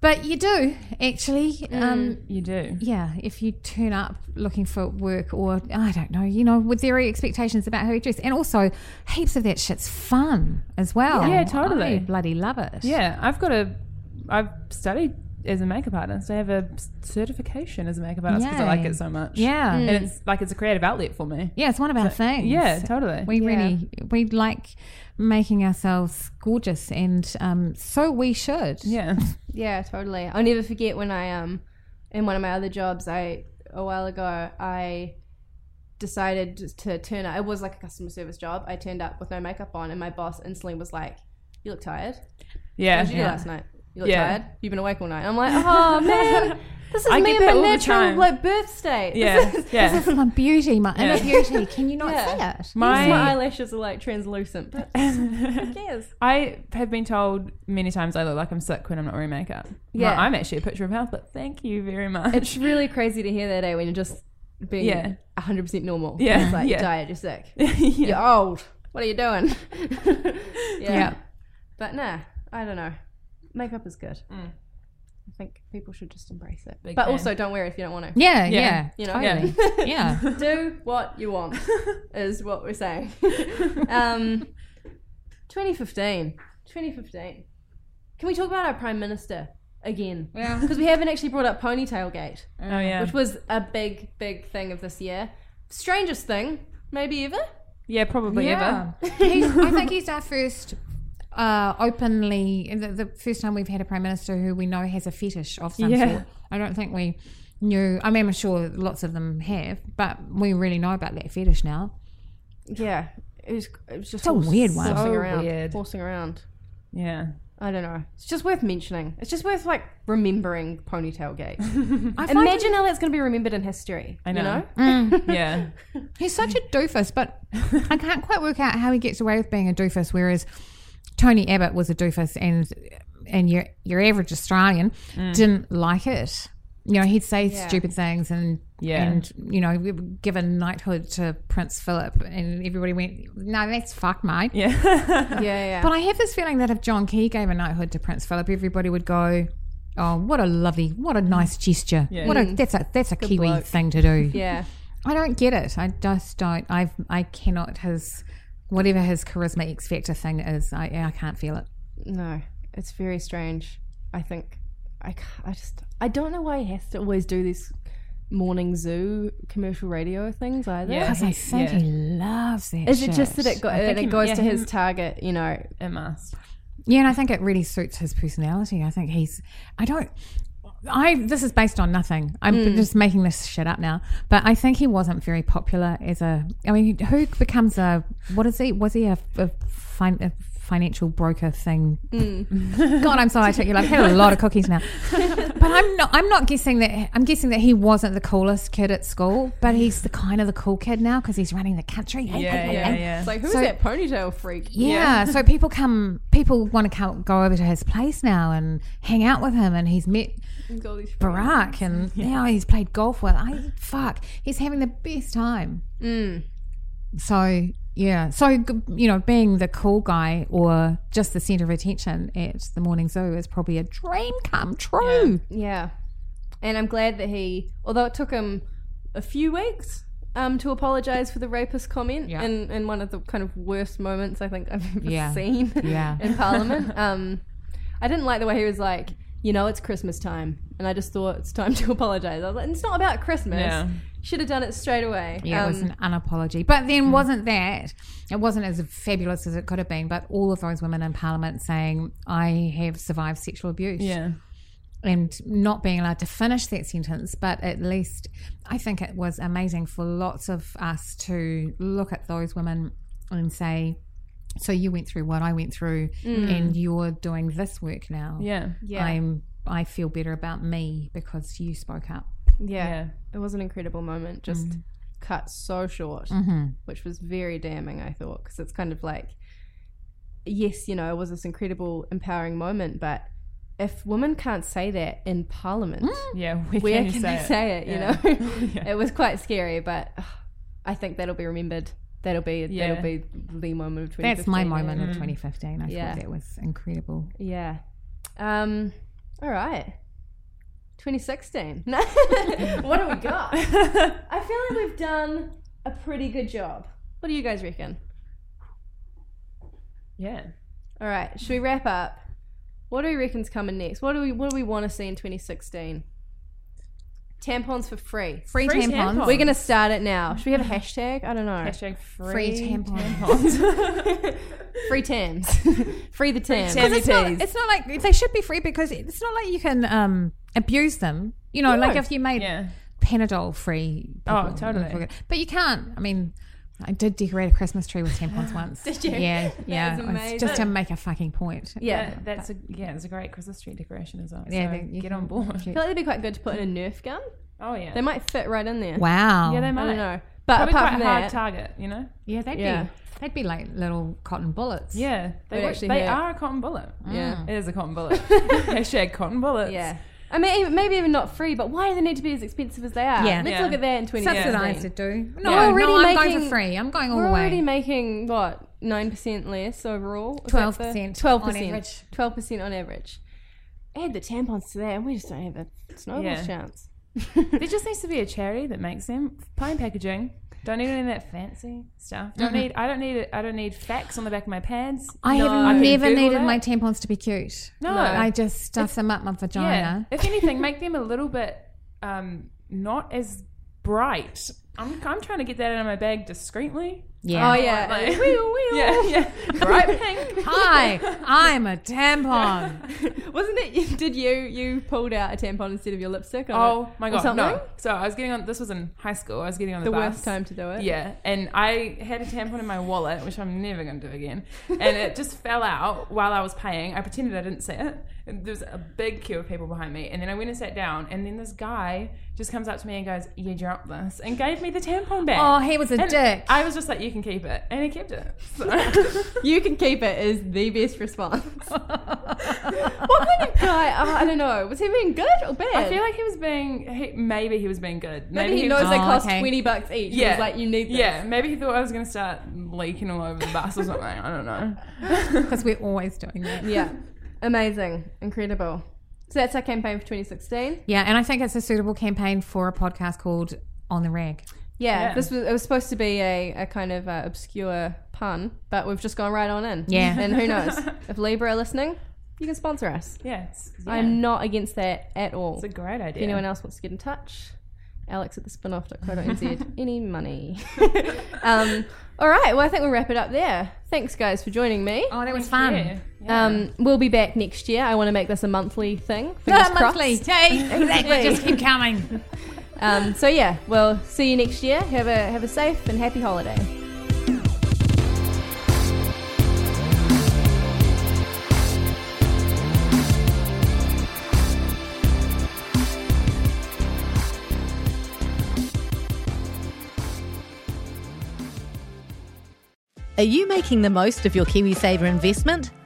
Speaker 4: but you do actually. Um,
Speaker 5: you do
Speaker 4: yeah, if you turn up looking for work or I don't know, you know, with their expectations about how you dress, and also heaps of that shit's fun as well.
Speaker 5: Yeah, totally.
Speaker 4: I bloody love it.
Speaker 5: yeah i've got a i've studied as a makeup artist i have a s- certification as a makeup artist because i like
Speaker 4: Yay.
Speaker 5: it so much
Speaker 4: yeah,
Speaker 3: Mm.
Speaker 5: and it's like it's a creative outlet for me
Speaker 4: yeah. It's one of our things.
Speaker 5: Mm. yeah totally
Speaker 4: We really we like making ourselves gorgeous, and um, so we should.
Speaker 5: yeah
Speaker 3: Yeah, totally. I'll never forget when I um in one of my other jobs I a while ago I decided to turn up it was like a customer service job. I turned up with no makeup on and my boss instantly was like, You look tired. What
Speaker 5: yeah
Speaker 3: did you do last night? You look
Speaker 5: Yeah.
Speaker 3: tired? You've been awake all night. I'm like, Oh man, this is
Speaker 5: I
Speaker 3: me
Speaker 5: get
Speaker 3: and my
Speaker 5: that all the
Speaker 3: natural
Speaker 5: time.
Speaker 3: like birth state. This
Speaker 5: yeah
Speaker 3: is-
Speaker 5: yeah
Speaker 4: This is my beauty, my inner
Speaker 5: Yeah.
Speaker 4: beauty. Can you not
Speaker 3: Yeah.
Speaker 4: see it?
Speaker 5: my,
Speaker 3: my eyelashes are like translucent, but who cares?
Speaker 5: I have been told many times I look like I'm sick when I'm not wearing makeup. Yeah,
Speaker 3: Yeah.
Speaker 5: I'm actually a picture of health, but thank you very much.
Speaker 3: It's really crazy to hear that eh, when you're just being
Speaker 5: Yeah.
Speaker 3: 100% normal.
Speaker 5: Yeah,
Speaker 3: It's like,
Speaker 5: yeah.
Speaker 3: you're tired, you're sick.
Speaker 5: yeah.
Speaker 3: You're old. What are you doing? yeah.
Speaker 4: Yeah.
Speaker 3: But nah, I don't know. Makeup is good. I think people should just embrace it.
Speaker 5: Mm. Big
Speaker 3: but
Speaker 5: fan.
Speaker 3: also, don't wear it if you don't want to.
Speaker 4: Yeah, yeah,
Speaker 5: Yeah.
Speaker 3: You know,
Speaker 4: totally. yeah.
Speaker 3: Do what you want, is what we're saying. um, 2015. 2015. Can we talk about our Prime Minister again?
Speaker 4: Yeah.
Speaker 3: Because we haven't actually brought up Ponytail Gate,
Speaker 5: Oh yeah.
Speaker 3: which was a big, big thing of this year. Strangest thing, maybe ever.
Speaker 5: yeah, probably ever.
Speaker 4: He's- I think he's our first uh, openly, the, the first time we've had a prime minister who we know has a fetish of some
Speaker 5: Yeah.
Speaker 4: sort. I don't think we knew. I mean, I'm sure lots of them have, but we really know about that fetish now.
Speaker 3: Yeah, it was. It was just
Speaker 4: a
Speaker 3: horse-
Speaker 4: weird one.
Speaker 3: Horsing
Speaker 5: So
Speaker 3: around,
Speaker 5: weird.
Speaker 3: horsing around.
Speaker 5: Yeah.
Speaker 3: I don't know. It's just worth mentioning. It's just worth like remembering ponytail gate.
Speaker 4: I find
Speaker 3: Imagine how that's going to be remembered in history.
Speaker 5: I
Speaker 3: you
Speaker 5: know. Yeah.
Speaker 4: He's such a doofus, but I can't quite work out how he gets away with being a doofus, whereas Tony Abbott was a doofus, and and your your average Australian didn't like it. You know, he'd say stupid things, and
Speaker 5: Yeah.
Speaker 4: and you know, we would give a knighthood to Prince Philip, and everybody went, "No, that's fuck, mate."
Speaker 5: Yeah.
Speaker 3: Yeah, yeah.
Speaker 4: But I have this feeling that if John Key gave a knighthood to Prince Philip, everybody would go, "Oh, what a lovely, what a nice gesture. What a that's a that's a Kiwi
Speaker 3: bloke.
Speaker 4: thing to do."
Speaker 3: yeah.
Speaker 4: I don't get it. I just don't. I've I cannot his whatever his charisma X factor thing is. I I can't feel it.
Speaker 3: No, it's very strange. I think I, ca- I just I don't know why he has to always do these morning zoo commercial radio things either.
Speaker 5: Yeah.
Speaker 4: Because I think
Speaker 5: Yeah.
Speaker 4: he loves that.
Speaker 3: Is it
Speaker 4: shit.
Speaker 3: just that it, go- that
Speaker 5: think
Speaker 3: it
Speaker 5: him-
Speaker 3: goes
Speaker 5: yeah,
Speaker 3: to his
Speaker 5: him-
Speaker 3: target? You know,
Speaker 5: It must.
Speaker 4: Yeah, and I think it really suits his personality. I think he's. I don't. I this is based on nothing. I'm
Speaker 5: Hmm.
Speaker 4: just making this shit up now. But I think he wasn't very popular as a. I mean, who becomes a what is he? Was he a, a, fin, a financial broker thing?
Speaker 5: Hmm.
Speaker 4: God, I'm sorry. I took you. I've had a lot of cookies now. but I'm not. I'm not guessing that. I'm guessing that he wasn't the coolest kid at school, but he's the kind of the cool kid now because he's running the country. Hey, hey,
Speaker 5: Yeah.
Speaker 4: hey,
Speaker 5: Yeah.
Speaker 4: hey.
Speaker 5: Yeah.
Speaker 3: it's like who's
Speaker 4: So-
Speaker 3: that ponytail freak?
Speaker 4: Yeah, so people come, people want to come, go over to his place now and hang out with him, and he's met
Speaker 3: He's got all these-
Speaker 4: Barack, and now he's played golf with. I fuck, he's having the best time. So yeah, so g- you know, being the cool guy or just the center of attention at the morning zoo is probably a dream come true.
Speaker 3: Yeah. And I'm glad that he, although it took him a few weeks um, to apologize for the rapist comment
Speaker 4: Yeah.
Speaker 3: in, in one of the kind of worst moments I think I've ever
Speaker 4: Yeah.
Speaker 3: seen
Speaker 4: Yeah.
Speaker 3: in Parliament. Um, I didn't like the way he was like, you know, it's Christmas time. and I just thought it's time to apologize. I was like, it's not about Christmas.
Speaker 5: Yeah.
Speaker 3: Should have done it straight away.
Speaker 4: Yeah, it was
Speaker 3: Um,
Speaker 4: an unapology. But then wasn't that, it wasn't as fabulous as it could have been, but all of those women in Parliament saying, I have survived sexual abuse.
Speaker 5: Yeah.
Speaker 4: and not being allowed to finish that sentence, but at least I think it was amazing for lots of us to look at those women and say, So you went through what I went through, and you're doing this work now.
Speaker 5: Yeah.
Speaker 3: yeah.
Speaker 4: I'm, I feel better about me because you spoke up.
Speaker 3: yeah.
Speaker 5: Yeah.
Speaker 3: It was an incredible moment, just cut so short, which was very damning, I thought, because it's kind of like, yes, you know, it was this incredible, empowering moment, but if women can't say that in Parliament,
Speaker 5: Yeah. Where,
Speaker 3: where
Speaker 5: Mm, you
Speaker 3: can they
Speaker 5: it?
Speaker 3: say it?
Speaker 5: Yeah.
Speaker 3: You know,
Speaker 5: Yeah.
Speaker 3: it was quite scary, but ugh, I think that'll be remembered. That'll be
Speaker 5: Yeah.
Speaker 3: that'll be the moment of 2015.
Speaker 4: That's my
Speaker 3: yeah.
Speaker 4: moment of 2015. I
Speaker 3: Yeah.
Speaker 4: thought that was incredible.
Speaker 3: Yeah. Um. All right. 2016. No. what do we got? I feel like we've done a pretty good job. What do you guys reckon?
Speaker 5: Yeah.
Speaker 3: All right. Should we wrap up? What do we reckon's coming next? What do we What do we want to see in 2016? Tampons for free.
Speaker 4: Free,
Speaker 5: Free
Speaker 4: tampons.
Speaker 5: tampons.
Speaker 3: We're gonna start it now. Should we have a hashtag? I don't know.
Speaker 5: Hashtag free,
Speaker 4: Free tampons.
Speaker 3: Free Tams. free the Tams.
Speaker 5: Tam.
Speaker 4: Because it's not, it's not like they should be free because it's not like you can um, abuse them. You know, like if you made
Speaker 5: Yeah.
Speaker 4: Panadol free.
Speaker 5: Oh,
Speaker 4: people.
Speaker 5: totally.
Speaker 4: But you can't. I mean, I did decorate a Christmas tree with tampons once. did
Speaker 3: you?
Speaker 4: Yeah, yeah.
Speaker 3: is
Speaker 4: It was
Speaker 3: amazing.
Speaker 4: Just to make a fucking point.
Speaker 3: Yeah.
Speaker 5: That- that's a yeah, it's a great Christmas tree decoration as well.
Speaker 4: Yeah,
Speaker 5: Yeah, so
Speaker 4: they- you
Speaker 5: get
Speaker 4: can-
Speaker 5: on board.
Speaker 3: I feel like they'd be quite good to put in a Nerf gun.
Speaker 5: Oh yeah,
Speaker 3: They might fit right in there.
Speaker 4: Wow.
Speaker 5: Yeah, they might.
Speaker 3: I don't know. But
Speaker 5: Probably
Speaker 3: apart
Speaker 5: quite
Speaker 3: from
Speaker 5: a hard
Speaker 3: that,
Speaker 5: target, you know.
Speaker 4: Yeah, they'd
Speaker 3: Yeah.
Speaker 4: be. They'd be like little cotton bullets.
Speaker 5: Yeah, they,
Speaker 3: They
Speaker 5: were-
Speaker 3: actually
Speaker 5: they
Speaker 3: hit.
Speaker 5: are a cotton bullet. Mm.
Speaker 3: Yeah. Mm.
Speaker 5: it is a cotton bullet. Hashtag cotton bullets.
Speaker 3: yeah. I mean, even- maybe even not free, but why do they need to be as expensive as they are?
Speaker 4: Yeah.
Speaker 3: Let's
Speaker 5: Yeah.
Speaker 3: look at that in 2016.
Speaker 4: Subsidized to do. No,
Speaker 3: We're already
Speaker 4: no, I'm going
Speaker 3: making-
Speaker 4: for free. I'm going all
Speaker 3: We're
Speaker 4: the way.
Speaker 3: already making, what, 9% less overall? Is that
Speaker 4: 12%
Speaker 3: the- 12%.
Speaker 4: on average.
Speaker 3: 12% on average. Add the tampons to that, and we just don't have a snowball's
Speaker 5: Yeah.
Speaker 3: chance.
Speaker 5: There just needs to be a charity that makes them plain packaging. Don't need any of that fancy stuff. Don't
Speaker 3: Mm-hmm.
Speaker 5: need. I don't need. it. I don't need facts on the back of my pads.
Speaker 3: Oh,
Speaker 4: I
Speaker 5: No.
Speaker 4: have
Speaker 5: can
Speaker 4: never
Speaker 5: Google
Speaker 4: needed
Speaker 5: that.
Speaker 4: my tampons to be cute.
Speaker 5: No.
Speaker 4: I just stuff them up my
Speaker 5: yeah.
Speaker 4: vagina.
Speaker 5: If anything, make them a little bit um, not as bright. I'm, I'm trying to get that out of my bag discreetly.
Speaker 4: Yeah.
Speaker 3: yeah.
Speaker 5: Like, yeah, yeah. Bright pink.
Speaker 4: Hi, I'm a tampon.
Speaker 3: Wasn't it? Did you you pulled out a tampon instead of your lipstick? On
Speaker 5: Oh
Speaker 3: it
Speaker 5: my
Speaker 3: or
Speaker 5: god,
Speaker 3: something?
Speaker 5: no. So I was getting on. This was in high school. I was getting on the,
Speaker 3: The
Speaker 5: bus.
Speaker 3: worst time to do it.
Speaker 5: Yeah, and I had a tampon in my wallet, which I'm never going to do again, and it just fell out while I was paying. I pretended I didn't see it. And there was a big queue of people behind me, and then I went and sat down, and then this guy just comes up to me and goes, "You dropped this," and gave me the tampon back.
Speaker 4: Oh, he was a
Speaker 5: And
Speaker 4: dick.
Speaker 5: I was just like, "You can keep it," and he kept it. So-
Speaker 3: You can keep it is the best response. what kind of guy? Oh, I don't know. Was he being good or bad?
Speaker 5: I feel like he was being, he, maybe he was being good.
Speaker 3: maybe, he knows
Speaker 5: was-
Speaker 3: they
Speaker 4: Oh,
Speaker 3: cost
Speaker 4: okay.
Speaker 3: twenty bucks each. He was like you need this.
Speaker 5: Yeah, maybe he thought I was going to start leaking all over the bus or something. I don't know.
Speaker 4: Because we're always doing that.
Speaker 3: yeah. Amazing, incredible. So that's our campaign for 2016.
Speaker 4: Yeah, and I think it's a suitable campaign for a podcast called On the Rag.
Speaker 3: Yeah,
Speaker 5: Yeah.
Speaker 3: this was it was supposed to be a, a kind of uh, obscure pun, but we've just gone right on in.
Speaker 4: Yeah.
Speaker 3: and who knows if Libra are listening, you can sponsor us.
Speaker 5: Yeah, it's, yeah,
Speaker 3: I'm not against that at all.
Speaker 5: it's a great
Speaker 3: If
Speaker 5: idea.
Speaker 3: anyone else wants to get in touch, alex at the spinoff.co.nz. Any money. um, all right. Well, I think we'll wrap it up there. Thanks, guys, for joining me.
Speaker 4: Oh, that was fun.
Speaker 5: Yeah.
Speaker 3: Um, we'll be back next year. I want to make this a monthly thing.
Speaker 4: Ah,
Speaker 3: Fingers
Speaker 4: monthly.
Speaker 3: crossed.
Speaker 4: Yay. Exactly. Just keep coming.
Speaker 3: Um, so yeah, we'll see you next year. Have a have a safe and happy holiday.
Speaker 6: Are you making the most of your KiwiSaver investment?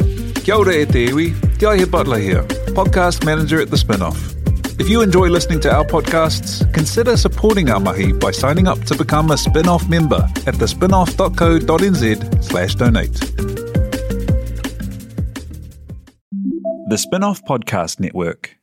Speaker 1: Kia ora e te iwi, Te Aihe Butler here, podcast manager at The Spinoff. If you enjoy listening to our podcasts, consider supporting our mahi by signing up to become a spin-off member at the spinoff.co.nz slash donate. The Spinoff Podcast Network.